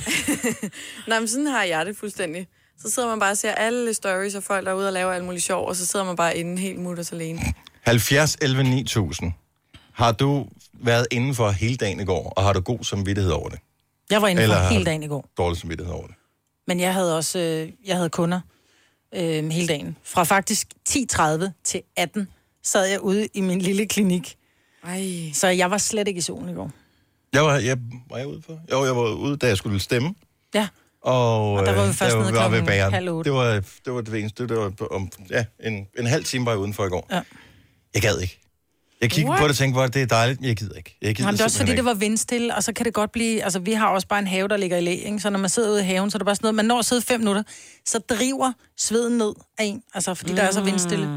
Nej, men sådan har jeg det fuldstændig. Så sidder man bare og ser alle stories af folk, der er ude og lave alt muligt sjov, og så sidder man bare inde helt mutters alene. 70 11 9000. Har du været indenfor hele dagen i går, og har du god samvittighed over det? Jeg var inde Eller har hele du- dagen i går. Dårlig samvittighed over det. Men jeg havde også øh, jeg havde kunder øh, hele dagen. Fra faktisk 10.30 til 18 sad jeg ude i min lille klinik. Ej. Så jeg var slet ikke i solen i går. Jeg var, jeg, var jeg ude for? Jo, jeg var ude, da jeg skulle stemme. Ja. Og, og der var vi øh, først der nede var ved klokken bageren. halv otte. Det var, det var det eneste. Det var på- om, ja, en, en halv time var jeg udenfor i går. Ja. Jeg gad ikke. Jeg kiggede What? What? på det og tænkte, hvor er det er dejligt, men jeg gider ikke. Jeg gider Jamen, det er også fordi, simpelthen det var vindstille, og så kan det godt blive... Altså, vi har også bare en have, der ligger i læ, ikke? Så når man sidder ude i haven, så er det bare sådan noget... Man når at sidde fem minutter, så driver sveden ned af en. Altså, fordi mm. der er så vindstille.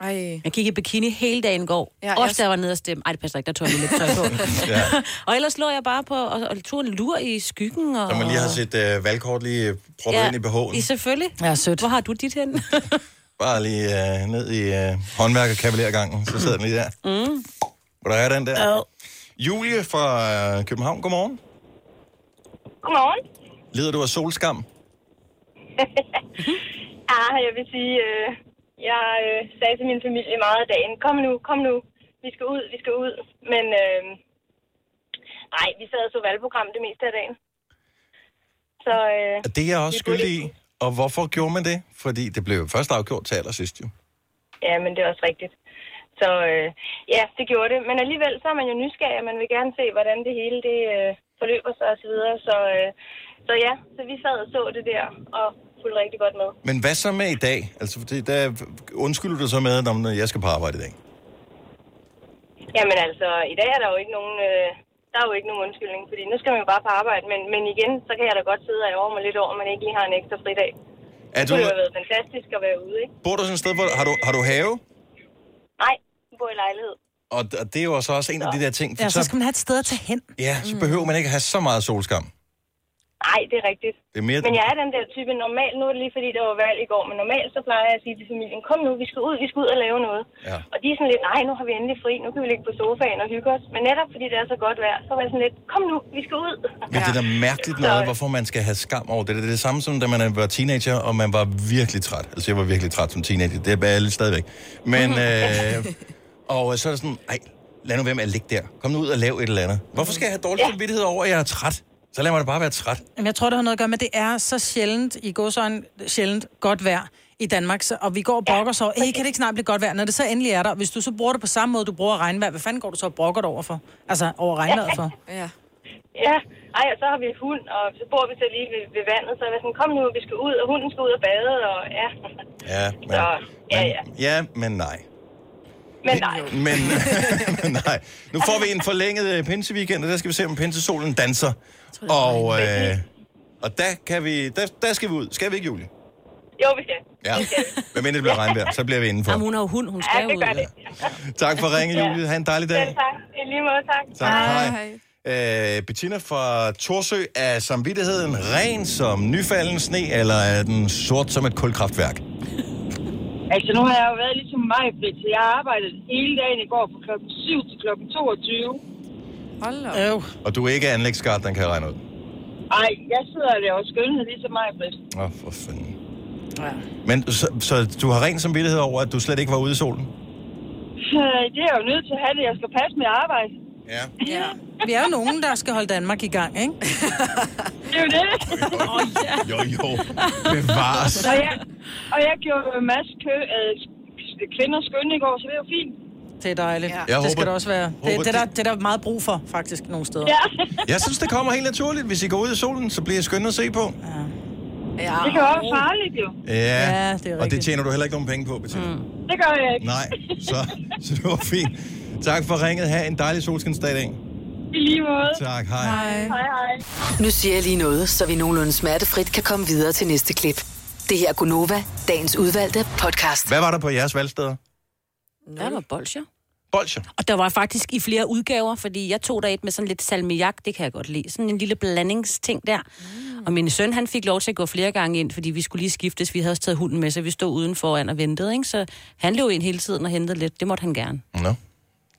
Ej. Jeg gik i bikini hele dagen i går. Ja, Ja, jeg- Også da jeg var nede og stemme. Ej, det passer ikke, der tog jeg lidt tøj på. Ja. og ellers lå jeg bare på og, og tog en lur i skyggen. Og, Når man lige har set øh, valgkort lige øh, proppet ja. ind i behoven. I selvfølgelig. Ja, sødt. Hvor har du dit hen? Mm. Bare lige øh, ned i øh, håndværk- og kavalergangen. Så sidder den lige der. Mm. Hvor der er den der. Ad. Julie fra øh, København, godmorgen. Godmorgen. Lider du af solskam? Ah, jeg vil sige, øh, jeg øh, sagde til min familie meget af dagen, kom nu, kom nu, vi skal ud, vi skal ud. Men øh, nej, vi sad og så valgprogram det meste af dagen. Så øh, Det er jeg også Det er det. skyldig i. Og hvorfor gjorde man det? Fordi det blev først afgjort til allersidst jo. ja, men det er også rigtigt. Så øh, ja, det gjorde det. Men alligevel, så er man jo nysgerrig, og man vil gerne se, hvordan det hele det, øh, forløber sig osv. Så, videre. så, øh, så ja, så vi sad og så det der, og fulgte rigtig godt med. Men hvad så med i dag? Altså, det, der undskylder du så med, at "Nå, men jeg skal på arbejde i dag. Jamen altså, i dag er der jo ikke nogen, øh, der er jo ikke nogen undskyldning, fordi nu skal man jo bare på arbejde. Men, men igen, så kan jeg da godt sidde og over mig lidt over, at man ikke lige har en ekstra fridag. Er Det du, kunne jo have været fantastisk at være ude, ikke? bor du sådan et sted, hvor har du, har du have? Nej, nu bor i lejlighed. Og d- og det er jo så også en af de der ting. For Ja, så så, skal man have et sted at tage hen. ja, så behøver man ikke have så meget solskam. Nej, det er rigtigt. Det er mere... Men jeg er den der type, normalt, nu er det lige fordi, der var valg i går, men normalt så plejer jeg at sige til familien, kom nu, vi skal ud, vi skal ud og lave noget. Ja. Og de er sådan lidt, nej, nu har vi endelig fri, nu kan vi ligge på sofaen og hygge os. Men netop fordi det er så godt vejr, så var jeg sådan lidt, kom nu, vi skal ud. Men det er da mærkeligt noget, hvorfor man skal have skam over det. Det er det samme som, da man var teenager, og man var virkelig træt. Altså, jeg var virkelig træt som teenager. Det er jeg lidt stadigvæk. Men, øh, og så er det sådan, ej, lad nu være med at ligge der. Kom nu ud og lav et eller andet. Hvorfor skal jeg have dårlig samvittighed over, at jeg er træt? Så lad mig da bare være træt. Jamen, jeg tror, det har noget at gøre med, at det er så sjældent, i godsøjen, sjældent godt vejr i Danmark, så, og vi går og brokker så, hey, kan det ikke snart blive godt vejr, når det så endelig er der. Hvis du så bruger det på samme måde, du bruger regnvejr, hvad fanden går du så og brokker dig over for? Altså, over regnvejret for? Ja. Ja, ej, og så har vi hund, og så bor vi så lige ved, ved vandet, så er jeg sådan, kom nu, vi skal ud, og hunden skal ud og bade, og ja. Ja, men, Så, ja, ja. men, ja, men nej. Men nej, Men, men nej. Nu får vi en forlænget øh, pinseweekend, og der skal vi se, om pinsesolen danser. Og, øh, og der, kan vi, der, der skal vi ud. Skal vi ikke, Julie? jo, vi skal. Ja. Men mindre det bliver regnvejr, så bliver vi indenfor. Jamen, hun har jo hund, hun Ja, skal det gør ud. det. Tak for ringen, Julie. Ha' en dejlig Selv dag. tak. I lige måde, tak. Tak. Hej. Øh, Bettina fra Torsø, er samvittigheden ren som nyfalden sne, eller er den sort som et kulkraftværk? Altså, nu har jeg jo været ligesom mig, Britt, så jeg har arbejdet hele dagen i går fra klokken 7 til klokken 22. Hold op. Øv. Og du er ikke anlægsgard, den kan jeg regne ud. Ej, jeg sidder og laver skønhed ligesom mig, Britt. Åh, oh, for fanden. Men så, så du har ren samvittighed over, at du slet ikke var ude i solen? Øh, Det er jeg jo nødt til at have det. Jeg skal passe mit arbejde. Ja. Ja. Vi er jo nogen, der skal holde Danmark i gang, ikke? Det er jo det. Jo, jo. Bevares. Og jeg, og jeg gjorde jo en masse kø, øh, kvinder skønne i går, så det er jo fint. Det er dejligt. Ja. Det Jeg skal håber- det også være. håber, Det, det, er der, det- det er der meget brug for, faktisk, nogle steder. Ja, Jeg synes, det kommer helt naturligt. Hvis I går ud i solen, så bliver jeg skønt at se på. ja. det kan jo være farligt jo. Ja, Ja, det er og det rigtigt. tjener du heller ikke nogen penge på, Bettina. Mm. Det gør jeg ikke. Nej, så, så det var fint. Tak for ringet. Ha' en dejlig solskinsdag i dag. I lige måde. Tak, hej. Hej, hej. Nu siger jeg lige noget, så vi nogenlunde smertefrit kan komme videre til næste klip. Det her er Gunova, dagens udvalgte podcast. Hvad var der på jeres valgsteder? Der var bolsjer. Bolsjer. Og der var faktisk i flere udgaver, fordi jeg tog der et med sådan lidt salmiak, det kan jeg godt lide. Sådan en lille blandingsting der. Mm. Og min søn, han fik lov til at gå flere gange ind, fordi vi skulle lige skiftes. Vi havde også taget hunden med, så vi stod uden foran og ventede. Ikke? Så han løb ind hele tiden og hentede lidt. Det måtte han gerne. Nå.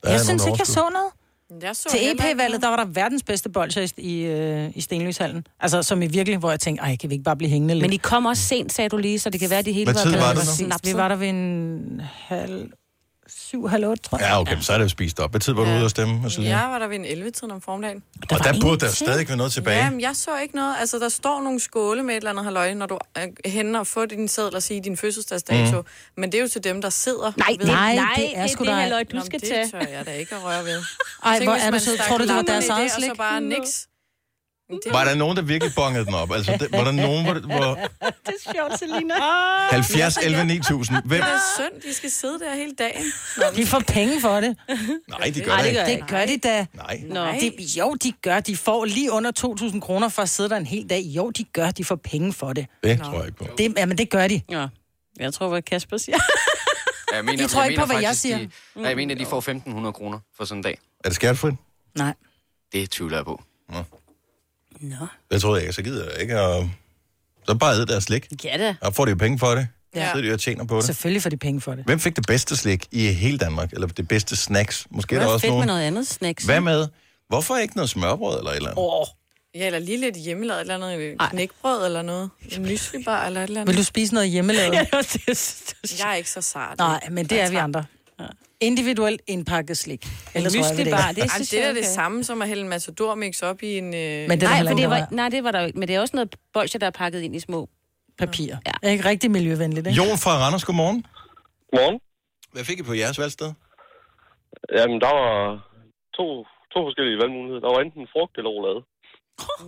Der Jeg synes ikke, jeg så noget. Jeg så Til heller ikke EP-valget, der var der verdens bedste bolcher i, i, øh, i Stenløshallen. Altså, som i virkelig, hvor jeg tænkte, ej, kan vi ikke bare blive hængende lidt? Men I kom også sent, sagde du lige, så det kan være, at det hele Hvad tid var blevet det så? Vi snapset. var der ved en halv... Syv, halv otte, tror jeg. Ja, okay, men så er det jo spist op. Hvad tid var du ude at stemme? Og, noget. Jeg var der ved en 11-tiden om formiddagen. og var der burde der ingenting. stadig være noget tilbage. Jamen, jeg så ikke noget. Altså, der står nogle skåle med et eller andet halløj, når du er henne og får din sædel og sige din fødselsdagsdato. Mm. Men det er jo til dem, der sidder Nej, ved. det, nej, Nej, det er sgu da... dig. halløj, du Nå, skal men det tage. tør jeg da ikke at røre ved. Ej, Tænk, hvor hvis er du man sød. stak Tror du, det var lapperne deres i det, eget Og slik? så bare niks. Det... Var der nogen, der virkelig bongede den op? Altså, det- var der nogen, hvor... hvor Det er sjovt, Selina. 70, 11, 9000. Hvem? Det er synd, de skal sidde der hele dagen. De får penge for det. Nej, de gør Nej, det det gør, ikke. det gør de da. Nej. Nå. De, jo, de gør. De får lige under 2.000 kroner for at sidde der en hel dag. Jo, de gør. De får penge for det. Det tror jeg ikke på. det jamen, det gør de. Ja. Jeg tror, hvad Kasper siger. Ja, Jeg mener, I tror jeg ikke mener på, hvad jeg faktisk, siger. De, nej, jeg mener, de får 1.500 kroner for sådan en dag. Er det skærtfrit? Nej. Det tvivler jeg på. Nå. Nå. Det troede jeg ikke, så gider jeg ikke. Og... Så bare æd deres slik. Ja da. Og får de jo penge for det. Ja. Ja. Så sidder de og tjener på det. Selvfølgelig får de penge for det. Hvem fik det bedste slik i hele Danmark? Eller det bedste snacks? Måske er Det der var også fedt med nogen. noget andet snacks. Hvad med? Hvorfor ikke noget smørbrød eller et eller andet? Oh. Ja, eller lige lidt hjemmelavet, eller noget knækbrød, eller noget. En myslibar, eller et eller andet. Vil du spise noget hjemmelavet? Ja, Jeg er ikke så sart. Nej, men det er vi andre. Individuelt indpakket slik. Ellers rører vi det, ikke. det, Ej, det er det samme som at hælde en matadormix op i en... Øh... Men det er der nej, heller for ikke det noget var, nej, det var der jo ikke. Men det er også noget bolcher, der er pakket ind i små. papir. Ja. Er ikke rigtig miljøvenligt, ikke? Jon fra Randers, godmorgen. Morgen. Hvad fik I på jeres valgsted? Jamen, der var to, to forskellige valgmuligheder. Der var enten frugt eller roulade.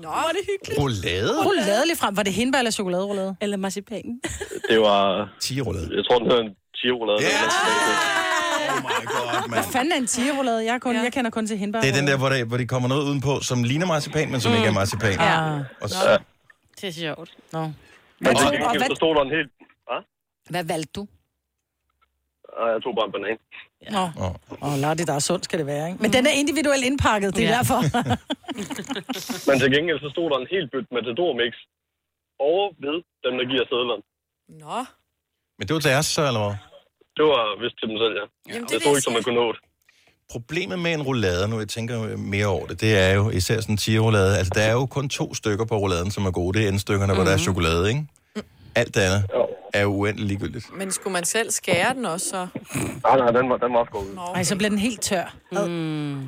Nå, var det hyggeligt. Roulade? Roulade lige frem. Var det hindbær eller chokoladeroulade? Eller marcipan. Det var... 10 roulade. Jeg tror, den hedder en 10 roulade. Ja! Hvad fanden er en tigerroulade? Jeg, kun, ja. jeg kender kun til hindbær. Det er den der, hvor, der, hvor de kommer noget udenpå, som ligner marcipan, men som mm. ikke er marcipan. Ja. Og så, Ja. Det er sjovt. Ah. Nå. Men Hvad til tror du, og gengæld, hvad, så stod der en helt... Hva? hvad valgte du? Ej, Jeg tog bare en banan. Nå. Åh, oh. oh, det der er sundt, skal det være, ikke? Men den er individuelt indpakket, det er Ja. derfor. Men til gengæld, så stod der en helt bødt matadormix over ved dem, der giver sædlerne. Nå. men det var deres, så, eller hvad? Det var vist til dem selv, ja. Jamen, det, jeg stod ikke, som man kunne nå det. Problemet med en roulade, nu jeg tænker mere over det, det er jo især sådan en tigerroulade. Altså, der er jo kun to stykker på rouladen, som er gode. Det er endstykkerne, mm-hmm. hvor der er Mhm. chokolade, ikke? Mm. Alt det andet er jo uendelig ligegyldigt. Men skulle man selv skære den også, så... Nej, nej, den var, den var også god. Ej, så bliver den helt tør. Mm.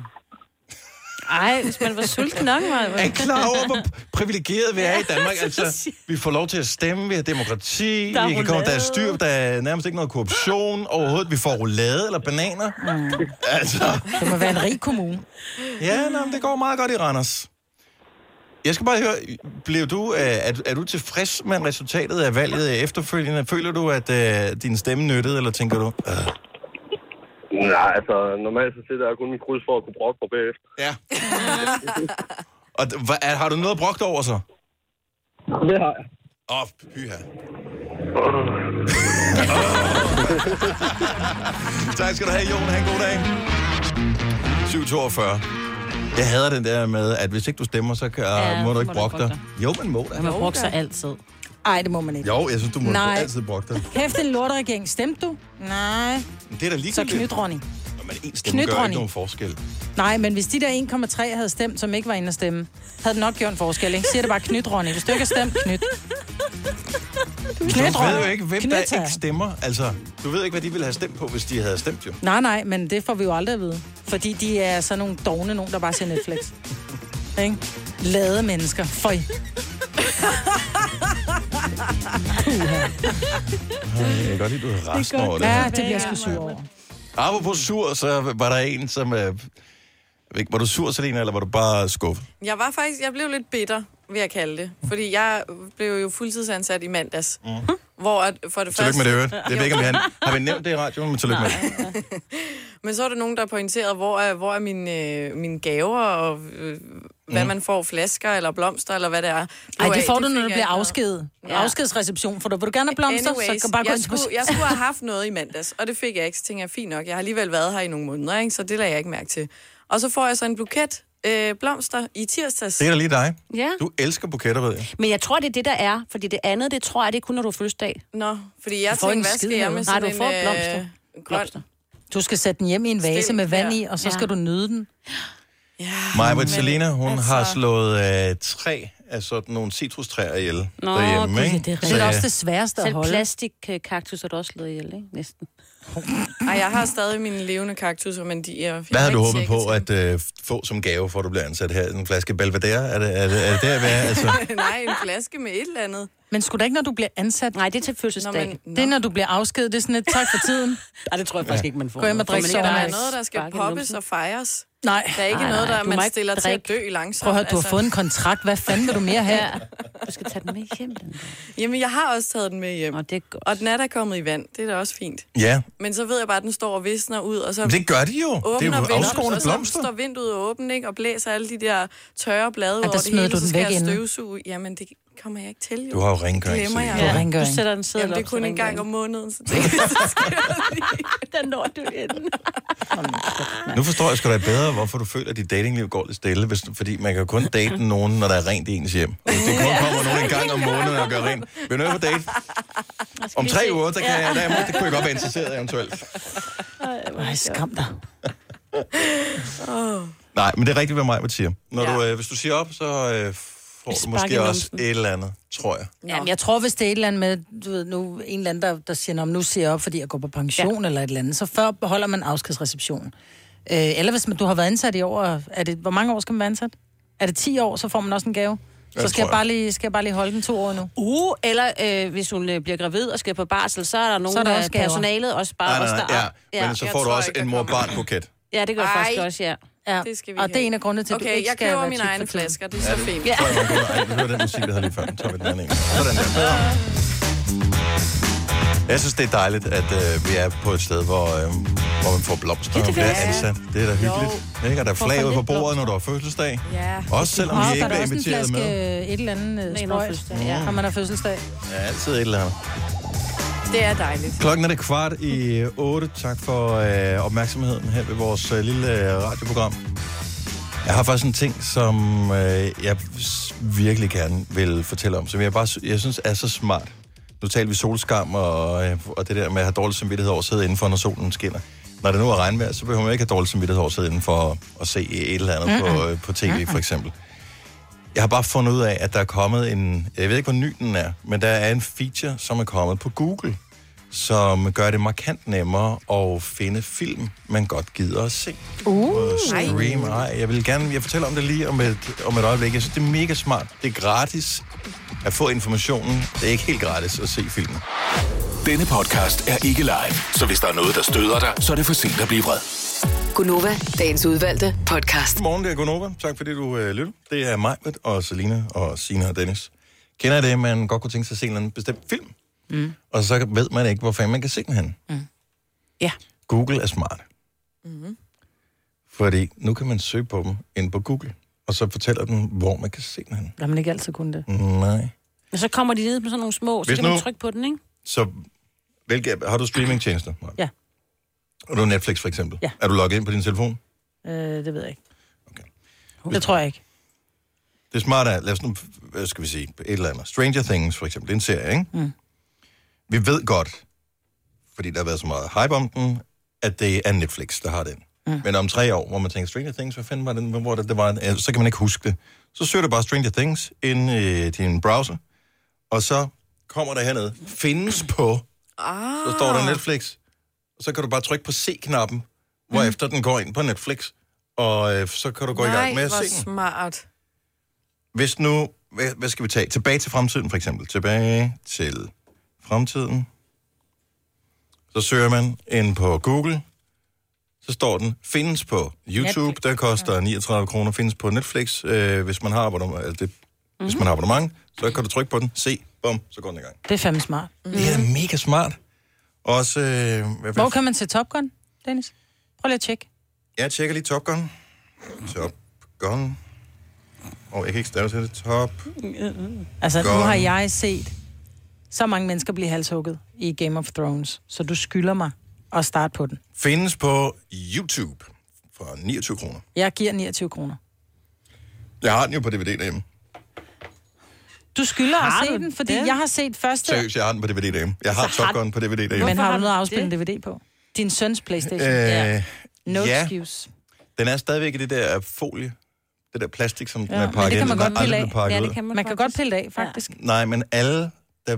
Ej, hvis man var sulten nok, var Er I klar over, hvor privilegeret vi er i Danmark? Altså, vi får lov til at stemme, vi har demokrati, Der er vi kan komme, der er roulade. styr, der er nærmest ikke noget korruption overhovedet. Vi får roulade eller bananer. Mm. Altså, Det må være en rig kommune. ja, nej, men det går meget godt i Randers. Jeg skal bare høre, blev du, øh, er, du- er du tilfreds med resultatet af valget efterfølgende? Føler du, at øh, din stemme nyttede, eller tænker du, øh, Nej, altså, normalt så sidder jeg kun min kryds for at kunne brokke på bagefter. Ja. Og d- hva, er, har du noget brugt over så? Det har jeg. Åh, oh, pyha. tak skal du have, Jon. Ha' en god dag. 7.42. Jeg hader den der med, at hvis ikke du stemmer, så kan, Ja, ja, må så du ikke brokke dig. Jo, man må da. Man må brokke sig altid. Ej, det må man ikke. Jo, jeg synes, du må Nej. altid brokke dig. Kæft, en lorteregering. Stemte du? Nej. Men Det er da Så ligegyldigt. knytronning. Nå, men en stemme gør ikke knytronning. nogen forskel. Nej, men hvis de der 1,3 havde stemt, som ikke var inde at stemme, havde det nok gjort en forskel, ikke? Siger det bare knyt, Ronny. Hvis du ikke har stemt, knyt. Du ved jo Ronny. ikke, hvem Knyt, der ja. ikke stemmer. Altså, du ved ikke, hvad de ville have stemt på, hvis de havde stemt jo. Nej, nej, men det får vi jo aldrig at vide. Fordi de er sådan nogle dogne nogen, der bare ser Netflix. ikke? Lade mennesker. Føj. Ej, Jeg kan godt lide, du er resten over det. her. Ja, det bliver jeg sgu sur over. Apropos sur, så var der en, som... Øh, jeg ved ikke, var du sur, Selina, eller var du bare skuffet? Jeg var faktisk, jeg blev lidt bitter, vil jeg kalde det. Fordi jeg blev jo fuldtidsansat i mandags. Mm. Hvor at for det Tillykke første... med det, øvrigt. Det ved ikke, om vi har, har vi nævnt det i radioen, men tillykke med det. Men så er der nogen, der pointerede, hvor er, hvor er mine, øh, mine gaver, og øh, hvad Mm. man får, flasker eller blomster, eller hvad det er. Ej, det af, får du, fik når du jeg bliver ikke noget. afskedet. Ja. Ja. Afskedsreception, for du vil du gerne have blomster, Anyways, så kan bare gå jeg, ind på... skulle, jeg skulle have haft noget i mandags, og det fik jeg ikke. Så tænkte jeg, fint nok, jeg har alligevel været her i nogle måneder, ikke? så det lader jeg ikke mærke til. Og så får jeg så en buket øh, blomster i tirsdags. Det er da lige dig. Ja. Du elsker buketter, ved jeg. Men jeg tror, det er det, der er. Fordi det andet, det tror jeg, det er kun, når du har fødselsdag. Nå, fordi jeg Du får tænkte, ikke en hvad skal skid jeg med. med Nej, sådan du får en, blomster. Øh, grøn Blomster. Du skal sætte den hjem i en vase Stilling, med vand ja. i, og så Ja. skal du nyde den. Maja men Selina, hun altså... altså- har slået øh, tre af sådan nogle citrustræer ihjel Nå, derhjemme, ikke? er Så, da øh, sværeste at at holde. holde. Selv plastikkaktus er du også slået ihjel, ikke? Næsten. Ej, jeg har stadig mine levende kaktuser, men de er... Hvad havde du håbet på at øh, få som gave, for at du bliver ansat her? En flaske Belvedere? Er det, er det, er det der, hvad er? Altså, Nej, en flaske med et eller andet. Men skulle da ikke, når du bliver ansat? Nej, det er til fødselsdag. Nå, men, det er, når du bliver afskedet. Det er sådan et tak for tiden. Nej, det tror jeg faktisk ikke, man får. Gå hjem og Får man drik ikke sovemad. bare Der er noget, der skal spark i poppes numsen? og fejres. Nej. Der er ikke Nej, nej, noget, nej, der du man må ikke stiller til at drikke. dø langsomt. Altså- Prøv at høre, du har fået en kontrakt. Hvad fanden vil du mere have? Ja. Du skal tage den med hjem. Den Jamen, jeg har også taget den med hjem. Og, det er godt. og den er da kommet i vand. Det er da også fint. Ja. Men så ved jeg bare, at den står og visner ud, og så... Men det gør de jo. Det er jo åbner vinduet, afskårne og så blomster. står vinduet åbent, ikke? Og blæser alle de der tørre blade der over det smider hele, du så den skal væk jeg inden. støvsuge. Jamen, det kommer jeg ikke til, jo. Du har jo rengøring, Det glemmer så det- jeg. Du har rengøring. Du sætter en seddel Jamen, det er op kun til en gang rengøring. om måneden, så tænker jeg, så skal jeg lige... Den når du inden. Nu forstår jeg sgu da bedre, hvorfor du føler, at dit datingliv går lidt stille, hvis, fordi man kan jo kun date nogen, når der er rent i ens hjem. Hvis det kun kommer nogen en gang om måneden og gør rent. Vil du ikke på date? Om tre uger, der kan jeg, der, er- det kunne jeg godt være interesseret i eventuelt. Nej, skam dig. Åh. Nej, men det er rigtigt, hvad mig siger. Når ja. du, øh, hvis du siger op, så øh, får Et du spark i måske også numsen. et eller andet, tror jeg. Jamen, jeg tror, hvis det er et eller andet med, du ved, nu, en eller anden, der, der siger, "Nå, men nu siger jeg op, fordi jeg går på pension ja. eller et eller andet, så før beholder man afskedsreception. Øh, eller hvis man, du har været ansat i over, er det, hvor mange år skal man være ansat? Er det 10 år, så får man også en gave. Ja, Så det skal tror jeg, jeg. bare lige, skal jeg bare lige holde den to år nu. Uh, eller øh, hvis hun øh, bliver gravid og skal på barsel, så er der nogen er der af også gaver. personalet også bare Nej, også nej, der. nej, ja. Men så får du også en mor-barn-buket. Ja, det gør jeg Ej. faktisk også, ja. ja. Det skal vi Og det er en af grundene til, at du Okay, ikke jeg skal køber være mine tit egne for tiden. flasker, det er så fint. Tror jeg, man kunne- Ej, vi hører den musik, vi havde lige før. Nu tager vi den anden en. Sådan der. Jeg synes, det er dejligt, at øh, vi er på et sted, hvor, øh, hvor man får blomster og bliver ansat. Det er da hyggeligt. Ikke? Og der er Hvorfor flag ude på lidt bordet, når du har fødselsdag. Ja. Også selvom Åh, vi ikke der er er også en inviteret flaske med. øh, et eller andet øh, Med en sprøjt, fødselsdag, ja. når man har fødselsdag. Ja, altid et eller andet. Det er dejligt. Klokken er det kvart i 8. Tak for øh, opmærksomheden her ved vores øh, lille øh, radioprogram. Jeg har faktisk en ting, som øh, jeg s- virkelig gerne vil fortælle om, som jeg bare sy- jeg synes er så smart. Nu talte vi solskam og, øh, og det der med at have dårlig samvittighed over at sidde indenfor, når solen skinner. Når det nu er regnvejr, så behøver man ikke have dårlig samvittighed over at sidde indenfor og, og se et eller andet mm-hmm. på, øh, på tv, for eksempel. Jeg har bare fundet ud af, at der er kommet en... Jeg ved ikke, hvor ny den er, men der er en feature, som er kommet på Google, som gør det markant nemmere at finde film, man godt gider at se. Uh, På stream. Ej, jeg vil gerne... Jeg fortæller om det lige om et, om et øjeblik. Jeg synes, det er mega smart. Det er gratis at få informationen. Det er ikke helt gratis at se filmen. Denne podcast er ikke live, så hvis der er noget, der støder dig, så er det for sent at blive vred. Gunova, dagens udvalgte podcast. Godmorgen, det er Gunova. Tak fordi du øh, lytter. Det er mig, og Selina, og Sina og Dennis. Kender I det, man godt kunne tænke sig at se en eller anden bestemt film? Mm. Og så ved man ikke, hvor fanden man kan se den hen. Mm. Ja. Google er smart. Mm. Fordi nu kan man søge på dem inde på Google, og så fortæller den, hvor man kan se den hen. Har man ikke altid kun det? Nej. Men så kommer de ned med sådan nogle små, så Hvis kan man nu- trykke på den, ikke? Så hvilke, har du streamingtjenester? Maja? Ja. Og du har Netflix for eksempel? Ja. Er du logget ind på din telefon? Øh, det ved jeg ikke. Okay. Det tror jeg ikke. Det smarte er, lad os nu, hvad skal vi sige, et eller andet. Stranger Things for eksempel, det er en serie, ikke? Mm. Vi ved godt, fordi der har været så meget hype om den, at det er Netflix, der har den. Mm. Men om tre år, hvor man tænker, Stranger Things, hvad fanden var den, hvor det, det var, en- altså, så kan man ikke huske det. Så søger du bare Stranger Things ind i din browser, og så kommer der hernede, findes på, Ah. så står der Netflix, og så kan du bare trykke på C-knappen, hvorefter den går ind på Netflix, og øh, så kan du gå i gang med at Mm. Nej, se hvor den. smart. Hvis nu, hvad, hvad skal vi tage? Tilbage til fremtiden, for eksempel. Tilbage til fremtiden. Så søger man ind på Google. Så står den, findes på YouTube, Netflix. der koster 39 kroner, findes på Netflix, øh, hvis man har abonnement. Altså det, mm-hmm. Hvis man har abonnement, så kan du trykke på den, se, bum, så går den i gang. Det er fandme smart. Mm. Det er mega smart. Også, øh, hvad, Hvor kan man se Top Gun, Dennis? Prøv lige at tjekke. jeg tjekker lige Top Gun. Top Gun. Og oh, jeg kan ikke stave til det. Top Altså, nu Gun. har jeg set så mange mennesker blive halshugget i Game of Thrones, så du skylder mig at starte på den. Findes på YouTube for 29 kroner. Jeg giver 29 kroner. Jeg har den jo på DVD derhjemme. Du skylder Har at se du den, fordi den? jeg har set første... Seriøst, jeg har den på DVD derhjemme. Jeg har Altså, har Top Gun på DVD derhjemme. Men har du noget afspillet DVD på? Din søns Playstation? Øh, No ja. excuse. Den er stadigvæk i det der folie. Det der plastik, som den Ja. er Men pakket det ind i. kan man Den er godt pille aldrig af. blevet pakket ud. man, kan godt pille det af, faktisk. Ja. Nej, men alle, der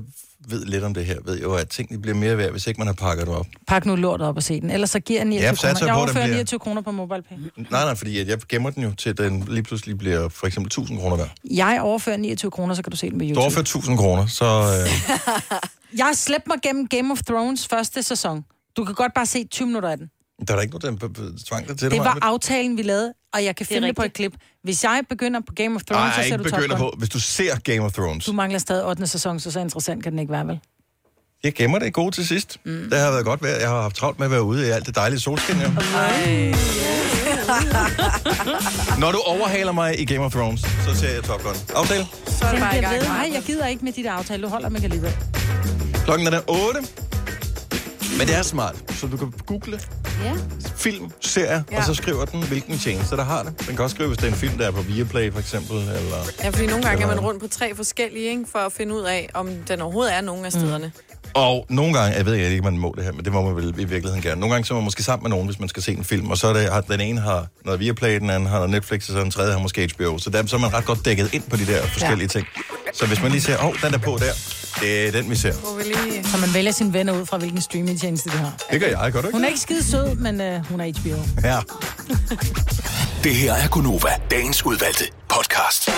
ved lidt om det her, ved jo, at tingene bliver mere værd, hvis ikke man har pakket det op. Pak nu lortet op og se den, ellers så giver jeg 29 Ja, ja, satser på, kroner. Jeg den overfører bliver- 29 kroner på MobilePay. Nej, nej, fordi at jeg gemmer den jo til, den lige pludselig bliver for eksempel 1000 kroner værd. Jeg overfører 29 kroner, så kan du se den på Du YouTube. overfører 1000 kroner, så... Øh, Jeg har slæbt mig gennem Game of Thrones første sæson. Du kan godt bare se 20 minutter af den. Der er da ikke nogen, der b- b- tvang dig til Det var Maja. aftalen, vi lavede, og jeg kan finde det på et klip. Hvis jeg begynder på Game of Thrones, Ej, så ser ikke du Top begynder Gun. på. Hvis du ser Game of Thrones, Du mangler stadig 8. sæson, så så interessant kan den ikke være, vel? jeg gemmer det gode til sidst. Mm. Det har været godt vejr. Jeg har haft travlt med at være ude i alt det dejlige solskin. Jo. Når du overhaler mig i Game of Thrones, så ser jeg Top Gun. Aftale. Så er det bare i gang. Nej, jeg gider ikke med dit aftale. Du holder mig ikke alligevel. Klokken er der 8. Men det er smart, så du kan google Ja. film, serier, ja. og så skriver den, hvilken tjeneste der har det. Den kan også skrive, hvis det er en film, der er på Viaplay for eksempel. Eller... Ja, fordi nogle gange er man eller- rundt på tre forskellige, ikke, for at finde ud af, om den overhovedet er nogen af stederne. Mm. Og nogle gange, jeg ved ikke, man må det her, men det må man vel i virkeligheden gerne. Nogle gange så er man måske sammen med nogen, hvis man skal se en film, og så er det, at den ene har noget Viaplay, den anden har noget Netflix, og så den tredje har måske HBO. Så, der, så er man ret godt dækket ind på de der forskellige ja. ting. Så hvis man lige ser, åh, oh, den er på der, det er den, vi ser. Så man vælger sine venner ud fra, hvilken streamingtjeneste de har. Det gør jeg, gør du ikke? Hun er ikke skide sød, men øh, hun er HBO. Ja. Det her er Gunova, dagens udvalgte podcast.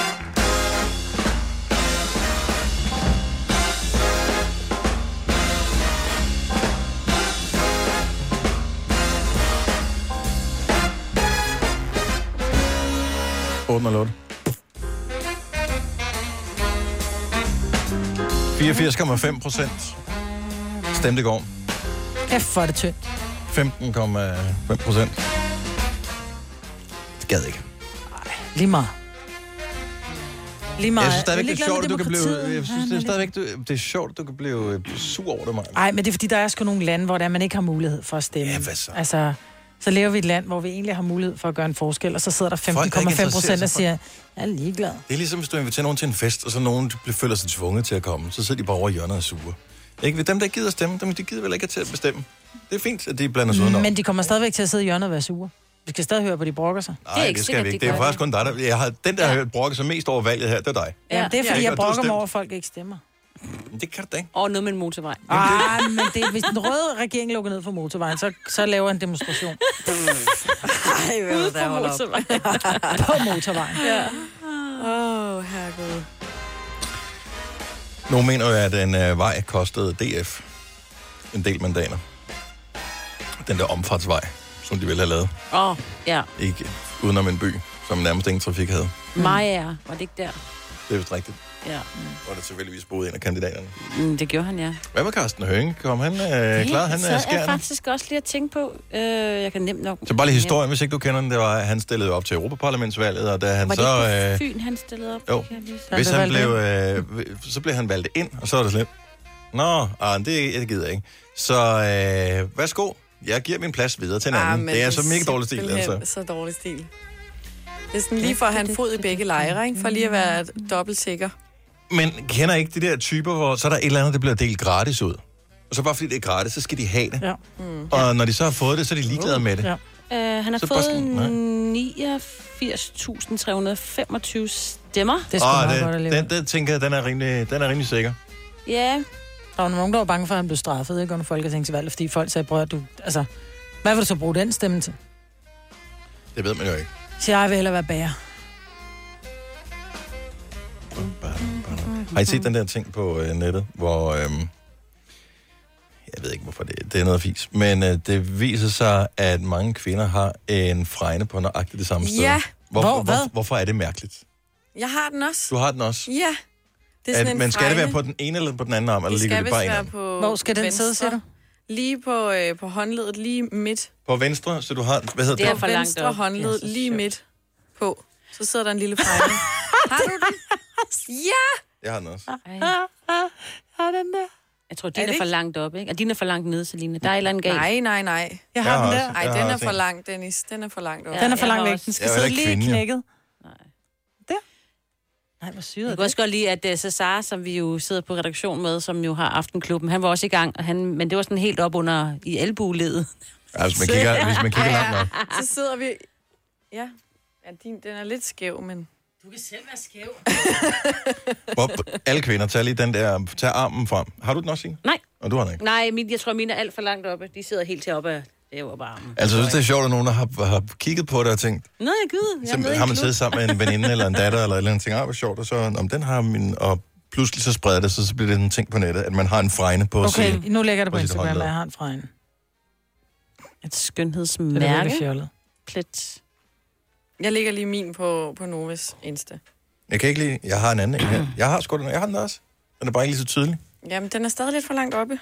Åbn og lort. 84,5 procent stemte i går. Kæft, hvor er det tyndt. 15,5 procent. Det gad ikke. Lige meget. Lige meget. Jeg synes stadigvæk, Jeg er det er sjovt, at du ligeglad med kan blive... demokratiet. Jeg Ja, synes, han det er er stadigvæk, du, det er sjovt, at du kan blive øh, sur over det, mig. Nej, men det er fordi, der er sgu nogle lande, hvor der man ikke har mulighed for at stemme. Ja, hvad så? Altså, så lever vi i et land, hvor vi egentlig har mulighed for at gøre en forskel, og så sidder der er ikke 15,5 procent og interesseret sig for- siger, jeg er ligeglad. Det er ligesom, hvis du inviterer nogen til en fest, og så nogen de bliver- føler sig tvunget til at komme. Så sidder de bare over i hjørnet og sure. Ikke? Dem, der ikke gider stemme, dem, de gider vel ikke til at bestemme. Det er fint, at de blander sig udenom. Mm, Men de kommer stadigvæk til at sidde i hjørnet og være sure. Vi skal stadig høre på, de brokker sig. Nej, det, skal vi ikke. Det er faktisk kun dig, der... Jeg har, den, der har brokket sig mest over valget her, det er dig. Ja, det er fordi, Ikke? jeg Og du brokker mig stemte- over, at folk ikke stemmer. Det kan du da ikke. Og noget med en motorvej. Ah, men det, hvis den røde regering lukker ned for motorvejen, så, så laver en demonstration. Ej, hvad der holder op. på motorvejen. Ja. Åh, oh, herregud. Nogle mener jo, at en øh, vej kostede DF en del mandater. Den der omfartsvej, som de ville have lavet. Åh, oh, ja. Ikke udenom en by, som nærmest ingen trafik havde. Maja, var det ikke der? Det er vist rigtigt. Ja. Og der tilfældigvis boede en af kandidaterne. Mm, det gjorde han, ja. Hvad med Carsten Hønge? Kom han øh, Det klar? Han sad er jeg skærende. faktisk også lige at tænke på. Øh, jeg kan nemt nok... Så bare lige historien, hvis ikke du kender den, det var, at han stillede op til Europaparlamentsvalget, og da han Var det så... ikke på øh, Fyn, han stillede op? Jo. Kan jeg lige- Hvis han blev, øh, så blev han valgt ind, og så var det slet. Nå, ah, det, det gider jeg ikke. Så øh, værsgo, jeg giver min plads videre til en anden. det er så mega dårlig stil, Ah, simpelthen altså. så dårlig stil. Det er sådan lige for at have en fod i begge lejre, ikke? For lige at være dobbelt sikker. Men kender I ikke de der typer, hvor så er der et eller andet, der bliver delt gratis ud? Og så bare fordi det er gratis, så skal de have det. Ja. Mm. Og når de så har fået det, så er de ligeglade med det. Ja. Øh, han har Så fået bare sådan, nej. 89.325 stemmer. Åh, det, den, den, tænker jeg, den er rimelig, den er rimelig sikker. Ja. Der var nogen, der var bange for, at han blev straffet ikke, under Folketingsvalget, fordi folk sagde, prøv at du... Altså, hvad vil du så bruge den stemme til? Det ved man jo ikke. Så jeg vil hellere være bager. Har I set den der ting på øh, nettet, hvor... Øhm, jeg ved ikke, hvorfor det, det er noget fis. Men øh, det viser sig, at mange kvinder har en fregne på nøjagtigt det samme sted. Ja. Hvorfor, Hvor- hvad? hvor, hvorfor er det mærkeligt? Jeg har den også. Du har den også. Ja. Det er At- sådan en men skal det være fregne. på den ene eller på den anden arm? Eller Det ligger skal det vist bare i en være arm? på Hvor skal den venstre. sidde, siger du? Lige på, øh, på håndledet, lige midt. På venstre, så du har... Hvad hedder det? på venstre håndled, lige midt på. Så sidder der en lille fregne. har du den? Ja! Jeg har den også. Har den der? Ah, Jeg tror, Er din det er, for ikke? langt op, ikke? Og din er for langt nede, Selina. Der er et eller andet galt. Nej, nej, nej. Jeg har Jeg den har der. også- Ej, jeg den har er også for en. langt, Dennis. Den er for langt over. Ja, Den er for jeg langt har væk. Den skal Jeg er jo sidde heller lige ikke kvinde, jo. knækket. Nej, hvor syret Jeg kunne også godt lide, at uh, Cesar, som vi jo sidder på redaktion med, som jo har Aftenklubben, han var også i gang, og han, men det var sådan helt op under i albueledet. Ja, hvis man kigger, hvis man kigger langt nok. Så sidder vi... Ja. ja din, den er lidt skæv, men... Du kan selv være skæv. Hvor, alle kvinder, tag lige den der... Tag armen frem. Har du den også, Signe? Nej. Og du har den ikke? Nej, min, jeg tror, mine er alt for langt oppe. De sidder helt heroppe af det var bare armen. Altså, jeg synes, det er sjovt, at nogen har, har kigget på det og tænkt, Nå, jeg gider. Jeg så ved har ikke man nu. siddet sammen med en veninde eller en datter eller et eller andet ting, ah, hvor sjovt, og så, om den har min, og pludselig så spreder det, så, så bliver det en ting på nettet, at man har en fregne på Okay, sin, nu lægger jeg det på sit Instagram, håndled. at jeg har en fra en. Et Det er da skønhedsmærke. virkelig fjollet. Plet. Jeg lægger lige min på, på Novas Insta. Jeg kan ikke lide... Jeg har en anden en her. Jeg har sgu den. Jeg har den også. Den er bare ikke lige så tydelig. Jamen, den er stadig lidt for langt oppe.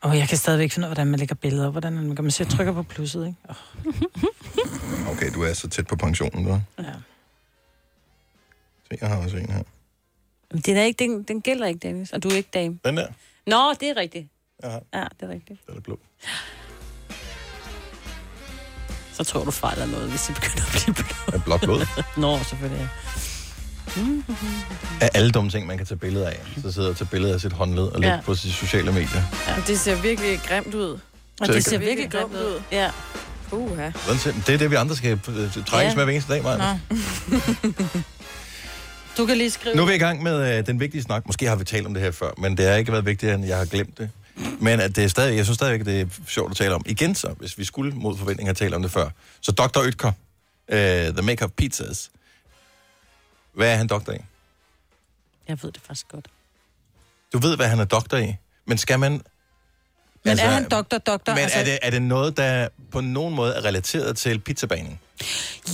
Og jeg kan stadigvæk finde ud af, hvordan man lægger billeder op. Hvordan man gør. Man siger, trykker på plusset, ikke? Oh, Okay, du er så tæt på pensionen, du. Ja. Se, jeg har også en her. Jamen, Den, er ikke, den, den gælder ikke, Dennis, og du er ikke dame. Den der. Nå, det er rigtigt. Ja. Ja, det er rigtigt. Den er blå. Så tror du fejler noget, hvis det begynder at blive blå. Er blåt blod. Nå, selvfølgelig. ja. Af alle dumme ting, man kan tage billeder af, så sidder jeg og tager billeder af sit håndled og lægger Ja. på sine sociale medier. Ja. Det ser virkelig grimt ud. Og det ser virkelig grimt ud. Ja. Uha. Hvordan ser den? Det er det, vi andre skal øh, trækkes Ja. med hver eneste dag, Maja. du kan lige skrive... Nu er vi i gang med øh, den vigtige snak. Måske har vi talt om det her før, men det har ikke været vigtigere, end jeg har glemt det. Men at det er stadig, jeg synes stadigvæk, at det er sjovt at tale om. Igen så, hvis vi skulle mod forventning have talt om det før. Så Dr. Ytker, øh, The Makeup Pizzas. Hvad er han doktor i? Jeg ved det faktisk godt. Du ved, hvad han er doktor i, men skal man... Men altså, er han doktor, doktor? Men er, det, er det noget, der på nogen måde er relateret til pizzabanen?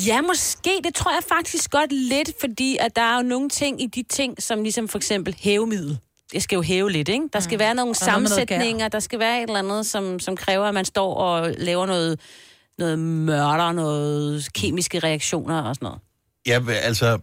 Ja, måske. Det tror jeg faktisk godt lidt, fordi at der er jo nogle ting i de ting, som ligesom for eksempel hævemiddel. Det skal jo hæve lidt, ikke? Der skal være nogle Der er noget med noget gær. sammensætninger, der skal være et eller andet, som, som kræver, at man står og laver noget, noget mørder, noget kemiske reaktioner og sådan noget. Ja, men altså,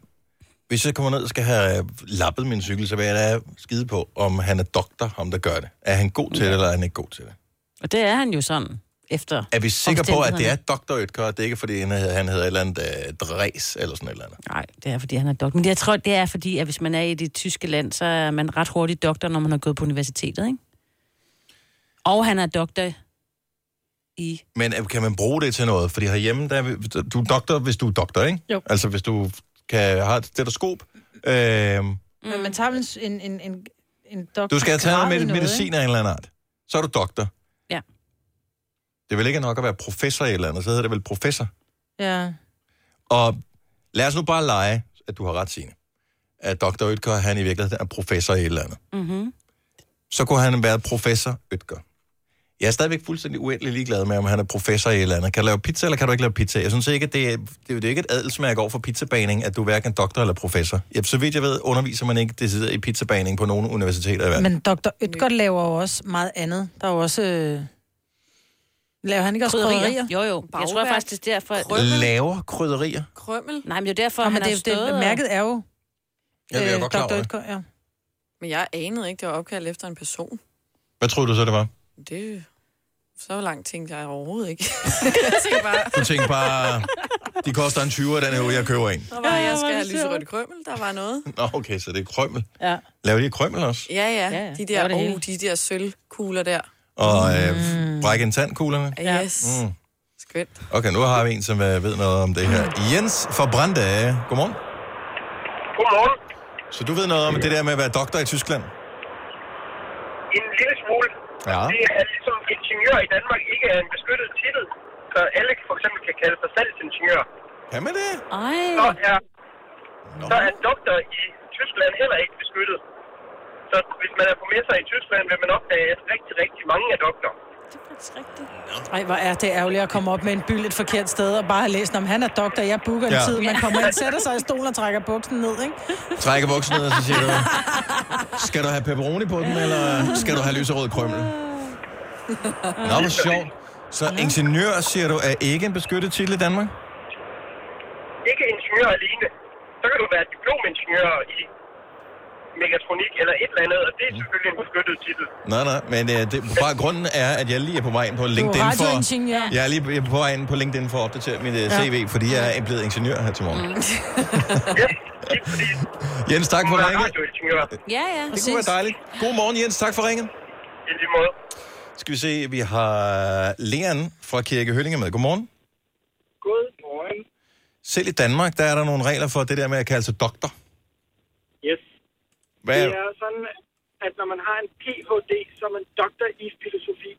hvis jeg kommer ned og skal have øh, lappet min cykel, så vil jeg da skide på, om han er doktor, ham der gør det. Er han god til det, eller er han ikke god til det? Og det er han jo sådan, efter Er vi sikre på, at det er omstændighederne. Dr. Ytker, og det er ikke fordi, han hedder, han hedder et eller andet uh, dræs, eller sådan et eller andet? Nej, det er, fordi han er doktor. Men jeg tror, det er fordi, at hvis man er i det tyske land, så er man ret hurtigt doktor, når man har gået på universitetet, ikke? Og han er doktor i... Men øh, kan man bruge det til noget? Fordi herhjemme, der er, vi- du er doktor, hvis du er doktor, ikke? Jo. Altså, hvis du kan, har et stetoskop. Øh, Mm. Men man tager vel en, en, en, en doktor... du skal have taget grad noget i med medicin af en eller anden art. Så er du doktor. Ja. Det vil ikke nok at være professor i et eller andet, så hedder det vel professor. ikke? Ja. Og lad os nu bare lege, at du har ret, Signe. At Dr. Ytker, han i virkeligheden er professor i et eller andet. Mm-hmm. Så kunne han have været professor Ytker. Jeg er stadigvæk fuldstændig uendelig ligeglad med, om han er professor i et eller andet. Kan du lave pizza, eller kan du ikke lave pizza? Jeg synes ikke, at det er, det er, det er ikke et adelsmærke over for pizzabaning, at du hverken er doktor eller professor. Ja, så vidt jeg ved, underviser man ikke decideret i pizzabaning på nogen universiteter i verden. Men Dr. Ytger laver jo også meget andet. Der er jo også... Øh... Laver han ikke også krydderier? krydderier? Jo, jo. Jeg tror Bagværk. faktisk, det er derfor... Laver krydderier? Krømmel? Nej, men det er derfor, Nå, han men har det, stået... det, mærket er jo... Jeg er øh, godt klar Dr. over det. Ytger, ja. Men jeg anede ikke, det var opkaldt efter en person. Hvad troede du så, det var? Det... Så langt tænkte jeg overhovedet ikke. jeg tænkte bare, Du tænkte bare, de koster en 20'er, den her uge, jeg køber en. der var, Ja, jeg hvor skal er have det lyserødt krømmel, der var noget. Nå, okay, så det er krømmel. Ja. Laver de krømmel også? Ja, ja. Ja, ja. ja, De Det var der, det hele. oh, de der sølvkugler der. Og øh, brække en tandkuglerne? Ja. Yes. Mm. Skønt. Okay, nu har vi en, som øh, ved noget om det her. Jens fra Brande. Godmorgen. Godmorgen. Så du ved noget om det der med at være doktor i Tyskland? En lille smule. Ja. Det er ligesom ingeniør i Danmark ikke er en beskyttet titel, så alle for eksempel kan kalde sig salgsingeniør. Kan man det? Ej. Så er, så er doktor i Tyskland heller ikke beskyttet. Så hvis man er professor i Tyskland, vil man opdage, at rigtig, rigtig mange er doktor. Ej, hvor er det ærgerligt at komme op med en by lidt forkert sted og bare have læst, om han er doktor, jeg booker en Ja. ja. tid. Man kommer ind, sætter sig i stolen og trækker buksen ned, ikke? Trækker buksen ned, og så siger du, skal du have pepperoni på den, eller skal du have lyserød krømmel? Nå, hvor sjovt. Så ingeniør, siger du, er ikke en beskyttet titel i Danmark? Ikke ingeniør alene. Så kan du være diplomingeniør i mekatronik eller et eller andet, og det er selvfølgelig en beskyttet titel. Nej, nej, men øh, det, bare grunden er, at jeg lige er på vej ind på LinkedIn for... radioingeniør. Jeg er lige jeg er på vej ind på LinkedIn for at opdatere mit øh, Ja. CV, fordi jeg er blevet ingeniør her til morgen. Jens, tak for ringen. Ja, ja. Det kunne være dejligt. God morgen, Jens. Tak for ringen. I lige måde. Skal vi se, vi har Leon fra Kirke Høllinge med. Godmorgen. Godmorgen. Selv i Danmark, der er der nogle regler for det der med at kalde sig doktor. Yes. Hvad? Det er sådan, at når man har en Ph.D., så er man doktor i filosofi.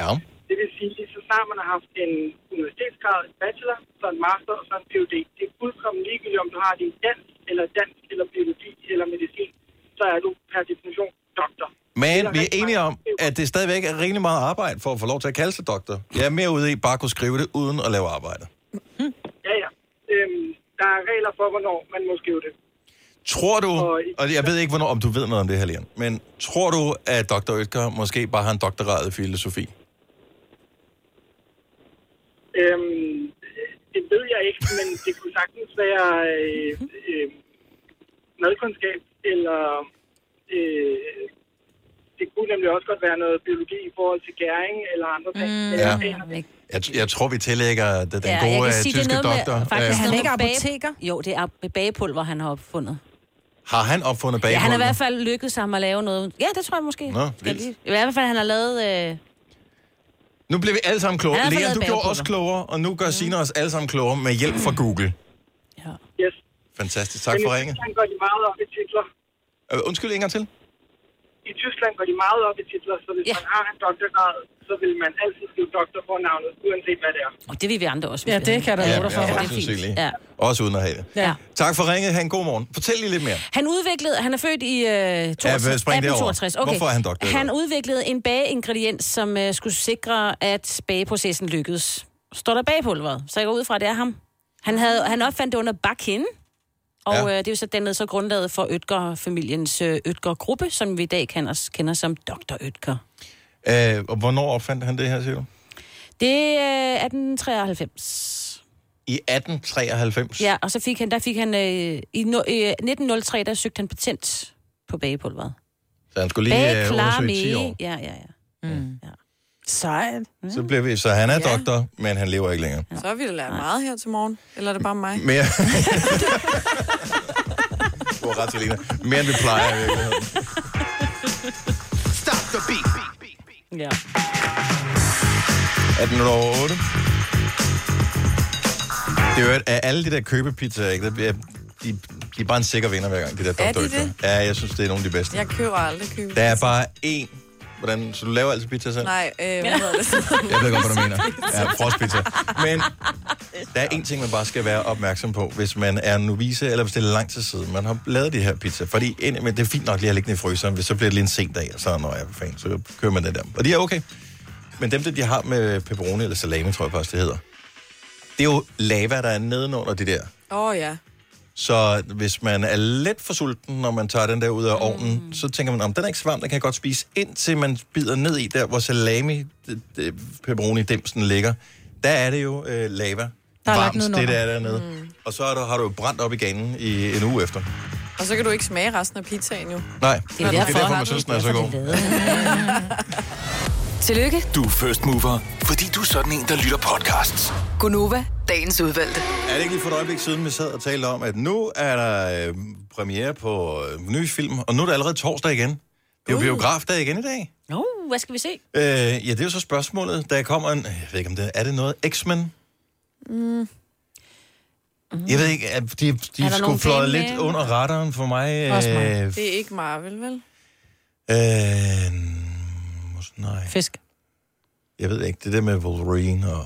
Ja. Det vil sige, at så snart man har haft en universitetsgrad, en bachelor, så en master og så en Ph.D. Det er fuldkommen ligegyldigt, om du har din dans, eller dans, eller biologi, eller medicin, så er du per definition doktor. Men vi er enige om, at det stadigvæk er rimelig meget arbejde for at få lov til at kalde sig doktor. Jeg er mere ude i bare at kunne skrive det uden at lave arbejde. Ja, ja. Øhm, der er regler for, hvornår man må skrive det. Tror du, og jeg ved ikke, hvornår, om du ved noget om det her, Leon, men tror du, at Dr. Øtker måske bare har en doktorat i filosofi? Øhm, det ved jeg ikke, men det kunne sagtens være øh, øh, madkundskab, eller øh, det kunne nemlig også godt være noget biologi i forhold til gæring eller andre ting. Mm, Ja. Jeg, t- jeg tror, vi tillægger det, den ja, gode øh, tyske doktor. faktisk, øh, han ikke ikke apoteker? Jo, det er ap- bagepulver, han har opfundet. har han opfundet Ja, bagepulver? han har i hvert fald lykkedes ham at lave noget. Ja, det tror jeg måske. Nå, Skal jeg vildt. lige- I hvert fald, han har lavet... Øh... Nu bliver vi alle sammen Han klogere. har Lea, fået du lavet gjorde bagepulver. os klogere, og nu gør Signe os alle sammen klogere med hjælp fra Google. Ja. Yes. Fantastisk. Tak for Men i ringet. Tyskland går de meget op i titler. Øh, Undskyld en gang til. I Tyskland går de meget op i titler, så hvis man har en doktorgrad, så vil man altid skrive doktor for navnet, uanset hvad det er. Og det vil vi andre også. Ja, det kan der Ja, love dig for. ja, Det er højst sandsynligt. Ja. Også uden at have det. Ja. Tak for ringet. Ha' en god morgen. Fortæl lige lidt mere. Han udviklede, han er født i øh, 62, Ja, spring derover. 1862. Okay. Hvorfor er han doktor? Han udviklede en bageingrediens, som øh, skulle sikre, at bageprocessen lykkedes. Står der bagepulveret, så jeg går ud fra, at det er ham. Han, havde, han opfandt det under bakhinden, og Ja. ja. øh, det er jo så dernede så grundlaget for Øtger-familiens øh, Øtger-gruppe, som vi i dag kender, kender som Dr. Øtger. Øh, og hvornår opfandt han det her, siger du? Det er øh, 1893. I 1893. Ja, og så fik han, der fik han, øh, i, no, øh, 1903, der søgte han patent på bagepulveret. Så han skulle lige øh, undersøge 10 år. Ja, ja, ja. Sejt. Så, bliver vi, så han er doktor, men han lever ikke længere. Så har vi da lært meget her til morgen. Eller er det bare mig? Mere... du har ret, Selina. Mere end vi plejer i virkeligheden. Stop the beat. Ja. 18 minutter over 8. Det er jo, af alle de der købepizzaer, ikke, der bliver, de, de er bare en sikker vinder hver gang, de der Er Dr. de Oetker. det? Ja, jeg synes, det er nogle af de bedste. Jeg køber aldrig købe. Der er bare én... Hvordan, så du laver altid pizza selv? Nej, øh, hvad hedder det? Jeg ved godt, hvad du mener. Ja, frostpizza. Men der er en ting, man bare skal være opmærksom på, hvis man er novice eller hvis det er lang tid siden, man har lavet de her pizza. Fordi ind, men det er fint nok lige at lægge den i fryseren, hvis så bliver det lige en sen dag, og så når jeg er fan, så kører man den der. Og de er okay. Men dem, der de har med pepperoni eller salami, tror jeg faktisk, det hedder, det er jo lava, der er nedenunder det der. Åh oh, ja. Så hvis man er lidt for sulten, når man tager den der ud af ovnen, mm. så tænker man, om den er ikke så varm, den kan jeg godt spise, indtil man bider ned i der, hvor salami, det- det- pepperoni-dimsen ligger. Der er det jo øh, lava. Der er lagt Varmst, det nedenunder. der er dernede. Mm. Og så er du, har du jo brændt op i ganen i en uge efter. Og så kan du ikke smage resten af pizzaen jo. Nej, det er derfor, man synes, den altså er så god. Tillykke, Du er first mover, fordi du er sådan en, der lytter podcasts. Gunova, dagens udvalgte. Er det ikke lige for et øjeblik siden, vi sad og talte om, at nu er der øh, premiere på øh, ny film, og nu er det allerede torsdag igen. Det er jo Uh. biografdag igen i dag. Nå, Uh, hvad skal vi se? Øh, ja, det er jo så spørgsmålet. Der kommer en... Jeg ved ikke, om det er det noget X-Men? Mm. Jeg ved ikke, at de, Er de der nogle skulle fløjet penge lidt med? under radaren for mig. Også mig. øh, Det er ikke Marvel, vel? Øh, mås- nej. Fisk. Jeg ved ikke, det der med Wolverine og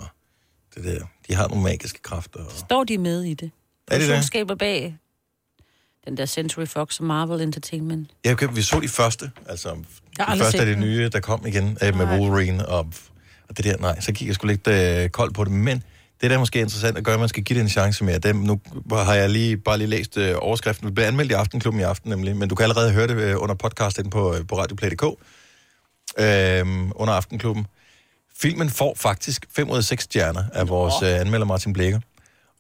det der. De har nogle magiske kræfter. Og... Står de med i det? Er de det? Produktionsskaber bag den der Century Fox og Marvel Entertainment. Jeg, købte- vi så de første, altså har de aldrig første af set det dem. nye, der kom igen øh, med Wolverine og, og det der. Nej, så gik jeg sgu lidt øh, koldt på det, men det der måske er interessant at gøre, at man skal give det en chance mere. Dem, nu har jeg lige bare lige læst øh, overskriften. Det blev anmeldt i Aftenklubben i aften nemlig, men du kan allerede høre det øh, under podcast inde på, øh, på radioplay.dk øh, under Aftenklubben. Filmen får faktisk 5 ud af 6 stjerner af vores øh, anmelder Martin Blækker.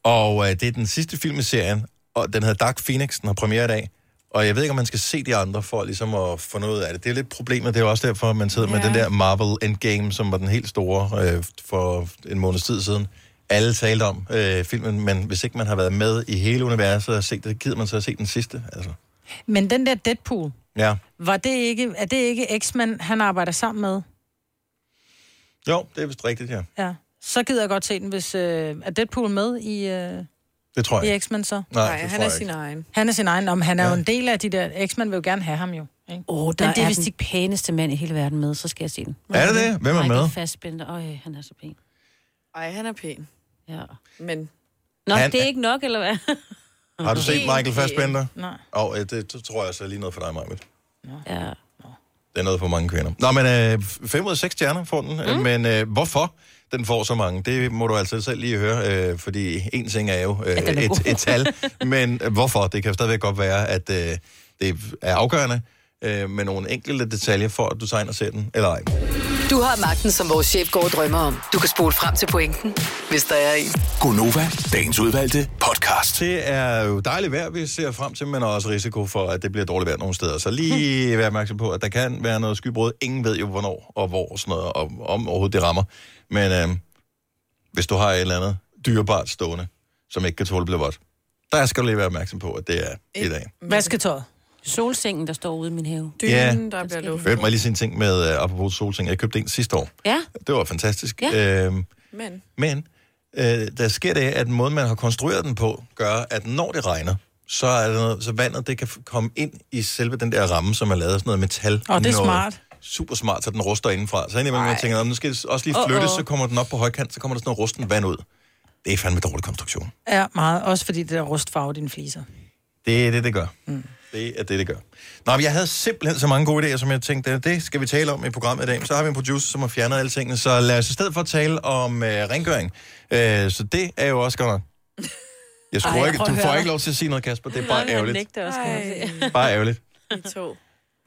Og øh, det er den sidste film i serien, og den hedder Dark Phoenix, den har premiere i dag. Og jeg ved ikke, om man skal se de andre for ligesom at få noget af det. Det er lidt problemet, det er jo også derfor, at man sidder ja. med den der Marvel Endgame, som var den helt store øh, for en måneds tid siden. Alle talte om øh, filmen, men hvis ikke man har været med i hele universet og set det, gider man så at se den sidste. Altså. Men den der Deadpool, Ja. var det ikke, er det ikke X-Man, han arbejder sammen med? Jo, det er vist rigtigt, ja. Ja. Så gider jeg godt se den, hvis øh, er Deadpool med i, øh, Det tror jeg i ikke. X-Men så? Nej, Nej, det han tror er jeg sin ikke. egen. Han er sin egen. Om han er jo en del af de der... X-Men vil jo gerne have ham jo. Åh, oh, Der det er, vist den pæneste mand i hele verden med, så skal jeg se den. Er det det? Hvem er Michael med? Fassbender. Øj, han er så pæn. Ej, han er pæn. Ja. Men... Nå, Han- det er ikke nok, eller hvad? Har du set Michael Fassbender? Nej. Og øh, det, det tror jeg så er lige noget for dig, Marvitt. Ja. Det er noget for mange kvinder. Nå, men øh, 5 ud af 6 stjerner får den, mm. men øh, hvorfor den får så mange, det må du altså selv lige høre, øh, fordi en ting er jo øh, At den er et, god. et tal, men øh, hvorfor, det kan jo stadigvæk godt være, at øh, det er afgørende øh, med nogle enkelte detaljer for, at du tegner ser den, eller ej. Du har magten, som vores chef går og drømmer om. Du kan spole frem til pointen, hvis der er en. Gonova, dagens udvalgte podcast. Det er jo dejligt vejr, vi ser frem til, men er også risiko for, at det bliver dårligt vejr nogle steder. Så lige vær opmærksom på, at der kan være noget skybrud. Ingen ved jo, hvornår og hvor og sådan noget, og om overhovedet det rammer. Men øh, hvis du har et eller andet dyrebart stående, som ikke kan tåle at blive vådt, der skal du lige være opmærksom på, at det er i dag. Vasketøjet. Solsengen, der står ude i min have. der bliver Hørte mig lige sin ting med, øh, apropos solseng, jeg købte en sidste år. Ja, Det var fantastisk. Ja. Øhm, Men Men øh, der sker det, at den måde, man har konstrueret den på, gør, at når det regner, så, er der noget, så vandet det kan f- komme ind i selve den der ramme, som er lavet af sådan noget metal. Åh, det er noget smart. Super smart, så den ruster indenfra. Så indimellem, jeg Ej. tænker, "Nå, nu skal det også lige flyttes, Uh-oh. så kommer den op på højkant, så kommer der sådan noget rusten vand ud. Det er fandme dårlig konstruktion. Ja, meget. Også fordi det der rustfarve dine fliser. Det er det, det gør. Mm. Det er det, det gør. Nå, men jeg havde simpelthen så mange gode idéer, som jeg tænkte, det skal vi tale om i programmet i dag. Så har vi en producer, som har fjernet alle tingene, så lad os i stedet for tale om øh, rengøring. Øh, så det er jo også godt nok. Jeg Ej, tror jeg ikke, prøver du at får høre ikke dig. lov til at sige noget, Kasper. Det er bare ærgerligt. også, Bare ærgerligt. I to.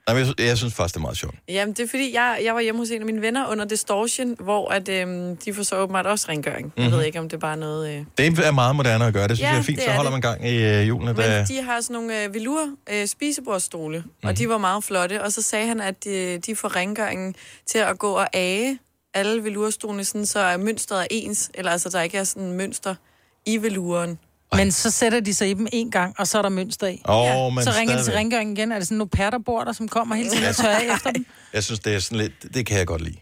Nej, men jeg, sy- jeg synes faktisk, det er meget sjovt. Jamen, det er fordi, jeg, jeg var hjemme hos en af mine venner under Distortion, hvor at, øhm, de får så åbenbart også rengøring. Jeg Mhm. ved ikke, om det er bare noget... Øh... Det er meget moderne at gøre. Det synes Ja, jeg er fint. det så er holder det. man gang i øh, julene. Der... Men de har sådan nogle øh, velur øh, spisebordstole, Mhm. mm. og de var meget flotte. Og så sagde han, at øh, de, de får rengøringen til at gå og age alle velurstolene, sådan, så er mønstret er ens, eller altså der ikke er sådan mønster i veluren. Men så sætter de sig i dem en gang, og så er der mønster i. Åh, Ja. men så ringer de til stadigvæk. Altså, rengøringen igen. Er det sådan nogle perterbord, der som kommer hele tiden Ja. og tørrer af efter dem? Jeg synes, det er sådan lidt... Det kan jeg godt lide.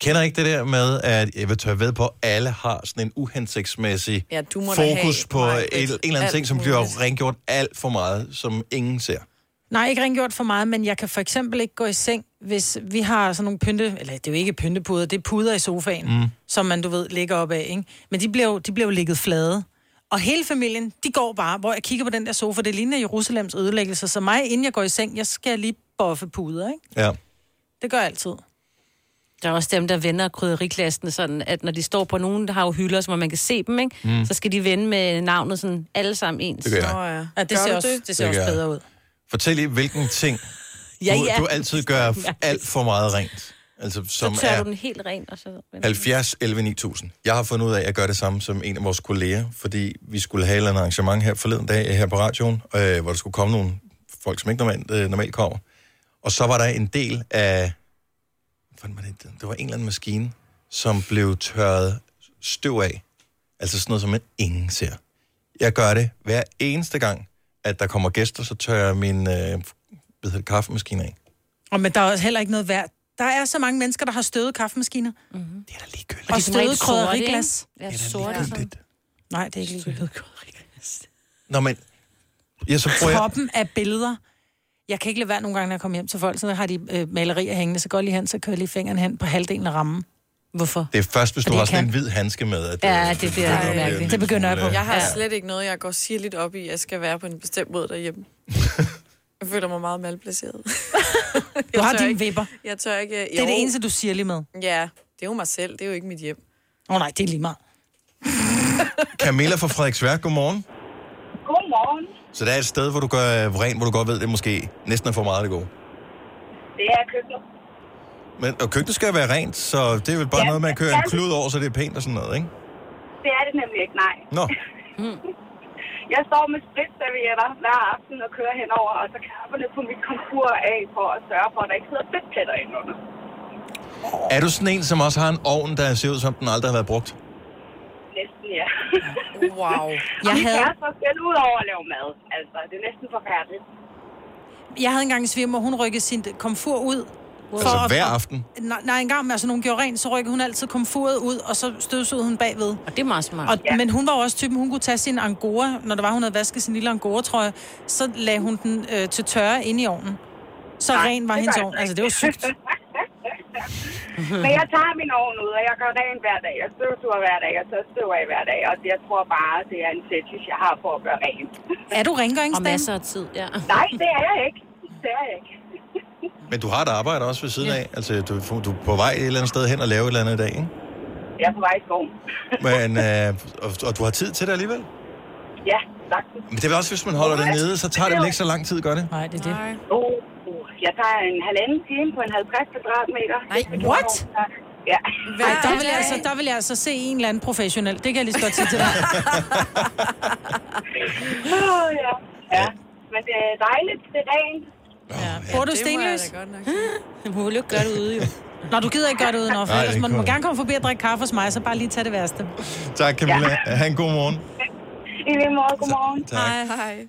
Kender ikke det der med, at jeg vil tørre ved på, at alle har sådan en uhensigtsmæssig Ja, du må da fokus have på øh, meget et, en eller anden Alt ting, som muligt. bliver rengjort alt for meget, som ingen ser. Nej, ikke rengjort for meget, men jeg kan for eksempel ikke gå i seng, hvis vi har sådan nogle pynte... Eller det er jo ikke pyntepuder, det er puder i sofaen, Mm. mm. som man, du ved, ligger op af, ikke? Men de bliver, jo, de bliver jo ligget flade. Og hele familien, de går bare, hvor jeg kigger på den der sofa, det ligner Jerusalems ødelæggelse. Så mig, inden jeg går i seng, jeg skal lige boffe puder, ikke? Ja. Det gør jeg altid. Der er også dem, der vender krydderiglassene sådan, at når de står på nogen, der har jo hylder, så man kan se dem, ikke? Mm. Mm. så skal de vende med navnet sådan alle sammen ens. Det gør jeg. Nå ja. Ja, det Gør ser, du også, det? det? Det ser Det også gør jeg. bedre ud. Fortæl lige, hvilken ting Ja, du, ja. du altid gør f- alt for meget rent. Altså, som så tør er du den helt ren, og så... 70 11 9000. Jeg har fundet ud af at gøre det samme som en af vores kolleger, fordi vi skulle have et eller andet arrangement her forleden dag her på radioen, øh, hvor der skulle komme nogle folk, som ikke normalt, øh, normalt kommer. Og så var der en del af... Hvad var det? Det var en eller anden maskine, som blev tørret støv af. Altså sådan noget, som man ingen ser. Jeg gør det hver eneste gang, at der kommer gæster, så tørrer jeg min øh, hvad hedder det, kaffemaskine af. Og men der er også heller ikke noget værd. Der er så mange mennesker, der har støvet kaffemaskiner. Mm-hmm. Det er da ligegyldigt. Og Og de er som regel støvet sorte, krydderiglas. ikke? Ja, Det er da sorte og sådan. Nej, det er ikke ligegyldigt. Nå, men... Ja, så prøver jeg... Toppen af billeder. Jeg kan ikke lade være nogle gange, når jeg kommer hjem til folk, så har de øh, malerier hængende, så går jeg lige hen, så kører jeg lige fingeren hen på halvdelen af rammen. Hvorfor? Det er først, hvis du Fordi har jeg sådan en kan. hvid handske med. At øh, Ja, det bliver at mærkeligt. en Det begynder jeg lille smule, på. Jeg har Ja. slet ikke noget, jeg går sirligt op i, at jeg skal være på en bestemt måde derhjemme. jeg føler mig meget malplaceret. Du Jeg har tør dine ikke- vipper. Jeg tør ikke... Det er det eneste, du siger lige med. Åh Ja, det er jo mig selv. Det er jo ikke mit hjem. oh, nej, det er lige meget. øh, Camilla fra Frederiksværk, godmorgen. Godmorgen. Så der er et sted, hvor du gør øh, rent, hvor du godt ved, det måske næsten er for meget af det gode. Det er køkkenet. Men, og køkkenet skal jo være rent, så det er vel bare ja, Ja, noget, man det kører skal en klud over, så det er pænt og sådan noget, ikke? Det er det nemlig ikke, nej. Nå, Mm. Jeg står med spritservietter hver aften og kører henover, og så kapper det på mit komfur af for at sørge for, at der ikke sidder fedtpletter indenunder. er du sådan en, som også har en ovn, der ser ud som, den aldrig har været brugt? Næsten, ja. wow. Jeg Jeg havde... havde- Jeg er selv ud over at lave mad. Altså, det er næsten forfærdeligt. Jeg havde engang en svigermor, hun rykkede sin komfur ud. Altså hver aften? Nej, nej, en gang, men altså nogen gjorde rent, så rykkede hun altid komfuret ud, og så støvsugede hun bagved. Og det er meget smart. Og, ja. Men hun var jo også typen, hun kunne tage sin angora, når der var, hun havde vasket sin lille angora-trøje, så lagde hun den øh, til tørre ind i ovnen. Så nej, ren var det hendes gør ovn. jeg Altså, det var sygt. Men jeg tager min ovn ud, og jeg gør rent hver dag. Jeg støvsuger hver dag, og så støver jeg hver dag. Og jeg tror bare, det er en fetish, jeg har for at gøre rent. Er du rengøringsdame? Og masser af tid, ja. Nej, det er jeg ikke. Det er jeg ikke. Men du har et arbejde også ved siden ja. af. Altså, du, du er på vej et eller andet sted hen og lave et eller andet i dag, ikke? Jeg er på vej i skoven. Men, øh, og, og du har tid til det alligevel? Ja, sagtens. Men det er vel også, hvis man holder det nede, så tager det vel ikke så lang tid, gør det? Nej, det er det. Oh, oh, jeg tager en halvanden time på en 50 kvadratmeter. Nej, what? Ja. Ej, der, vil jeg altså, der vil jeg altså se en eller anden professionel. Det kan jeg lige så godt sige til dig. Åh, ja. ja. Men det er dejligt, det er rent. Bor du Det må jeg stenløs? da godt Det må jo ikke gøre det ude, jo. Nå, du gider ikke gøre det ude, nå. For Nej, ellers det må du må kunne- gerne komme forbi og drikke kaffe hos mig, så bare lige tage det værste. Tak, Camilla. Ja. Ha' en god morgen. I lige måde, godmorgen. Tak. Hej, hej.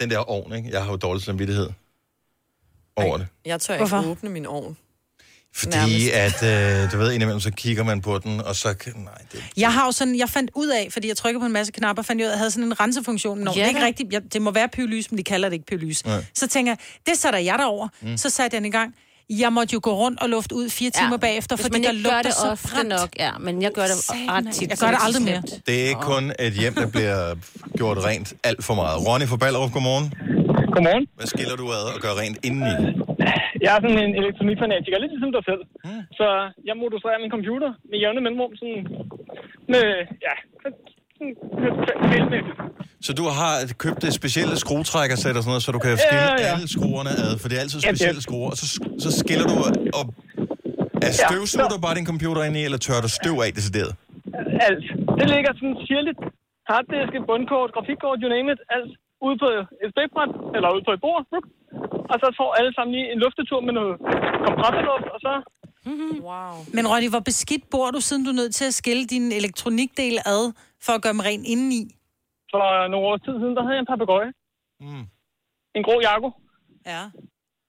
Den der ovn, ikke? Jeg har jo dårlig samvittighed over det. Jeg tør Hvorfor? ikke åbne min ovn. Fordi at, øh, du ved, indimellem så kigger man på den, og så... kan- Nej, det, Jeg har jo sådan, jeg fandt ud af, fordi jeg trykkede på en masse knapper, fandt jeg ud af, at jeg havde sådan en rensefunktion. Nå, Ja, ja. det er ikke da. rigtigt. Jeg, det må være pyrolyse, men de kalder det ikke pyrolyse. Nej. Så tænker jeg, det sætter jeg derover. Mm. Så satte jeg den i gang. Jeg måtte jo gå rundt og lufte ud fire Ja, timer bagefter, hvis fordi man der ikke gør lugter det så ofte brændt. nok, ja, men jeg gør det Satan, ret nej. tit, Jeg så gør det det er aldrig så mere. det er ikke kun et hjem, der bliver gjort rent alt for meget. Ronny fra Ballerup, godmorgen. Godmorgen. Hvad skiller du ad og gør rent indeni? Jeg er sådan en elektronikfanatiker, lidt ligesom dig selv. Mm. Så jeg motorerer min computer med jævne mellemrum, sådan med, ja, sådan regelmæssigt. Så du har købt det specielle skruetrækkersæt og sådan noget, så du kan skille ja, Ja, ja. ja. alle skruerne ad, for det er altid Ja, det- specielle skruer, og så, så skiller du... Og, er Ja, støvsuger du bare din computer ind i, eller tørrer du støv af decideret? Alt. Det ligger sådan sirligt. Harddisk, bundkort, grafikkort, you name it, alt ude på et stikbræt, eller ude på et bord. Vup. Og så får alle sammen lige en luftetur med noget kompressorluft, og så... Wow. Mm-hmm. Men Ronny, hvor beskidt bor du, siden du er nødt til at skille din elektronikdel ad, for at gøre dem ren indeni? For nogle år tid siden, der havde jeg en papegøje. Mm. En grå jakko. Ja.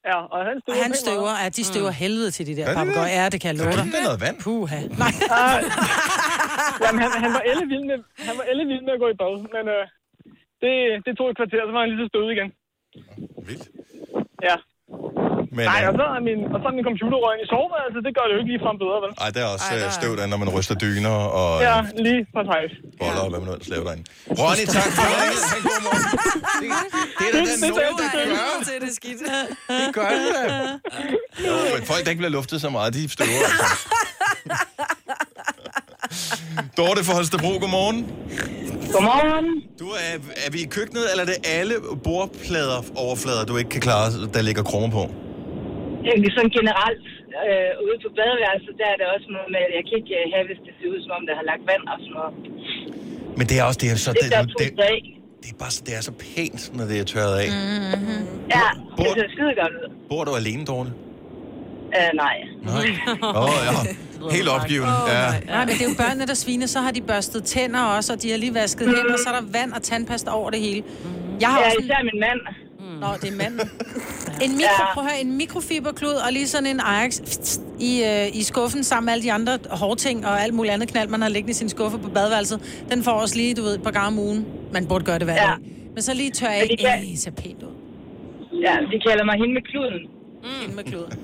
Ja, og han Og støver. han pænt støver, meget. ja, de støver helvede til de Gør de der det? papegøjer. Ja, det kan jeg love Så dig. giv dem noget vand. Puha. Nej. Ah, Jamen, han, han var ellevild med, han var ellevild med at gå i bad, men øh, det, det tog et kvarter, så var han lige så stød igen. Vildt. Ja. Men, Nej, øh, og så er min, og så er min computer røgen i soveværelset, det gør det jo ikke ligefrem bedre, vel? øh, Ej, der er også Ej, støv der, når man ryster dyner og Ja, ja. lige præcis. boller og hvad man nu ellers laver derinde. Ronny, tak for det. Det er da den Det er nogen, der altid gør. Det er det skidt. Det gør det da. Jo, men folk, der ikke bliver luftet så meget, de støver. altså. Dorte fra Holstebro, godmorgen. Godmorgen. Du er, er vi i køkkenet, eller er det alle bordplader overflader, du ikke kan klare, der ligger krummer på? Egentlig Sådan generelt, øh, ude på badeværelset, der er det også noget med, at jeg kan ikke øh, have, hvis det ser ud som om, der har lagt vand og sådan noget. Men det er også det, er så det, det, der det, tog det, sig af. det, er bare, så- det er så pænt, når det er tørret af. Mm-hmm. Ja, det ser skide godt ud. Bor du alene, Dorte? Ah, Uh, nej. Nej. Åh, oh, ja. Helt opgivende. Ja. Nej, men det er jo børnene, der sviner, så har de børstet tænder også, og de har lige vasket mm. hænder, og så er der vand og tandpasta over det hele. Jeg har Ja, også Mm. især min mand. Nå, det er manden. En, mikro, Ja. prøv at høre, en mikrofiberklud og lige sådan en Ajax i, øh, i skuffen sammen med alle de andre hårting og alt muligt andet knald, man har liggende i sin skuffe på badeværelset. Den får også lige, du ved, et par gange om ugen. Man burde gøre det hver Ja. dag. Men så lige tør af. Men det kan- Ej, så pænt ud. Ja, de kalder mig hende med kluden. Mm. Hende med kluden.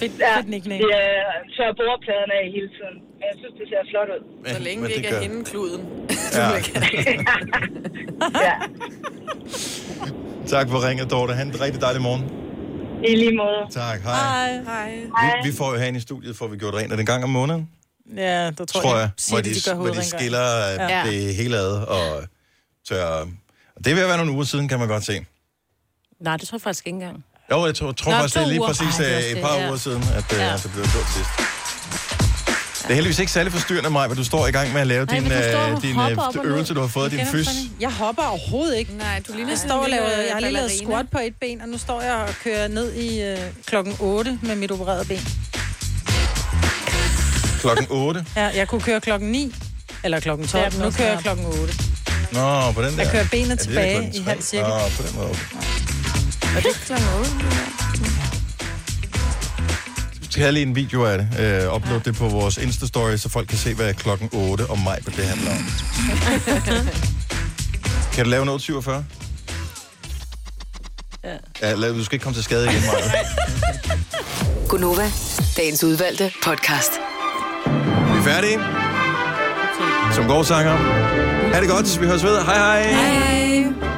Fedt, ja, fedt nickname. Det er tør bordpladerne af hele tiden. Men jeg synes, det ser flot ud. Så længe men det det ikke er gør- hende kluden. Ja. ja, Tak for ringet, Dorte. Han en rigtig dejlig morgen. i lige måde. Tak, hej. Hej. Vi, vi får jo herinde i studiet, får vi gjort rent. Er det en gang om måneden? Ja, der tror, tror de jeg, siger, hvor det, de, de gør hvor de hovedrengøring. skiller ja. Ja. det hele ad og tør. Og det er ved at være nogle uger siden, kan man godt se. Nej, det tror jeg faktisk ikke engang. Jo, jeg tror, tror Nå, faktisk, det er to lige uger. præcis Ej, det er Ej, også et det, par ja. uger siden, at, ja. Ja. at det blev gjort sidst. Det er heldigvis ikke særlig forstyrrende, mig, hvor du står i gang med at lave Nej, din, men du står og øh, din hopper op øh, og ned. øvelse, du har fået, din fys. Jeg hopper overhovedet ikke. Nej, du ligner jeg sådan står en og laver, lille jeg har lige lavet ballerina. squat på et ben, og nu står jeg og kører ned i øh, klokken 8 med mit opererede ben. Klokken 8. Ja, jeg kunne køre klokken 9, eller klokken 12. den Nu også kører jeg her. klokken 8. Nå, på den der. Jeg kører benet Ja, det er da tilbage klokken i tre. halv cirkel. Nå, på den måde. okay. Er det ikke klokken otte? Vi skal have lige en video af det. Øh, upload det på vores Insta-story, så folk kan se, hvad klokken 8 og mig, hvad det handler om. Kan du lave noget 47? Ja. Ja, la- du skal ikke komme til skade igen, Maja. Gunova, dagens udvalgte podcast. Vi er færdige. Som gårdsanger. Ha' det godt, vi høres ved. Hej hej. Hej.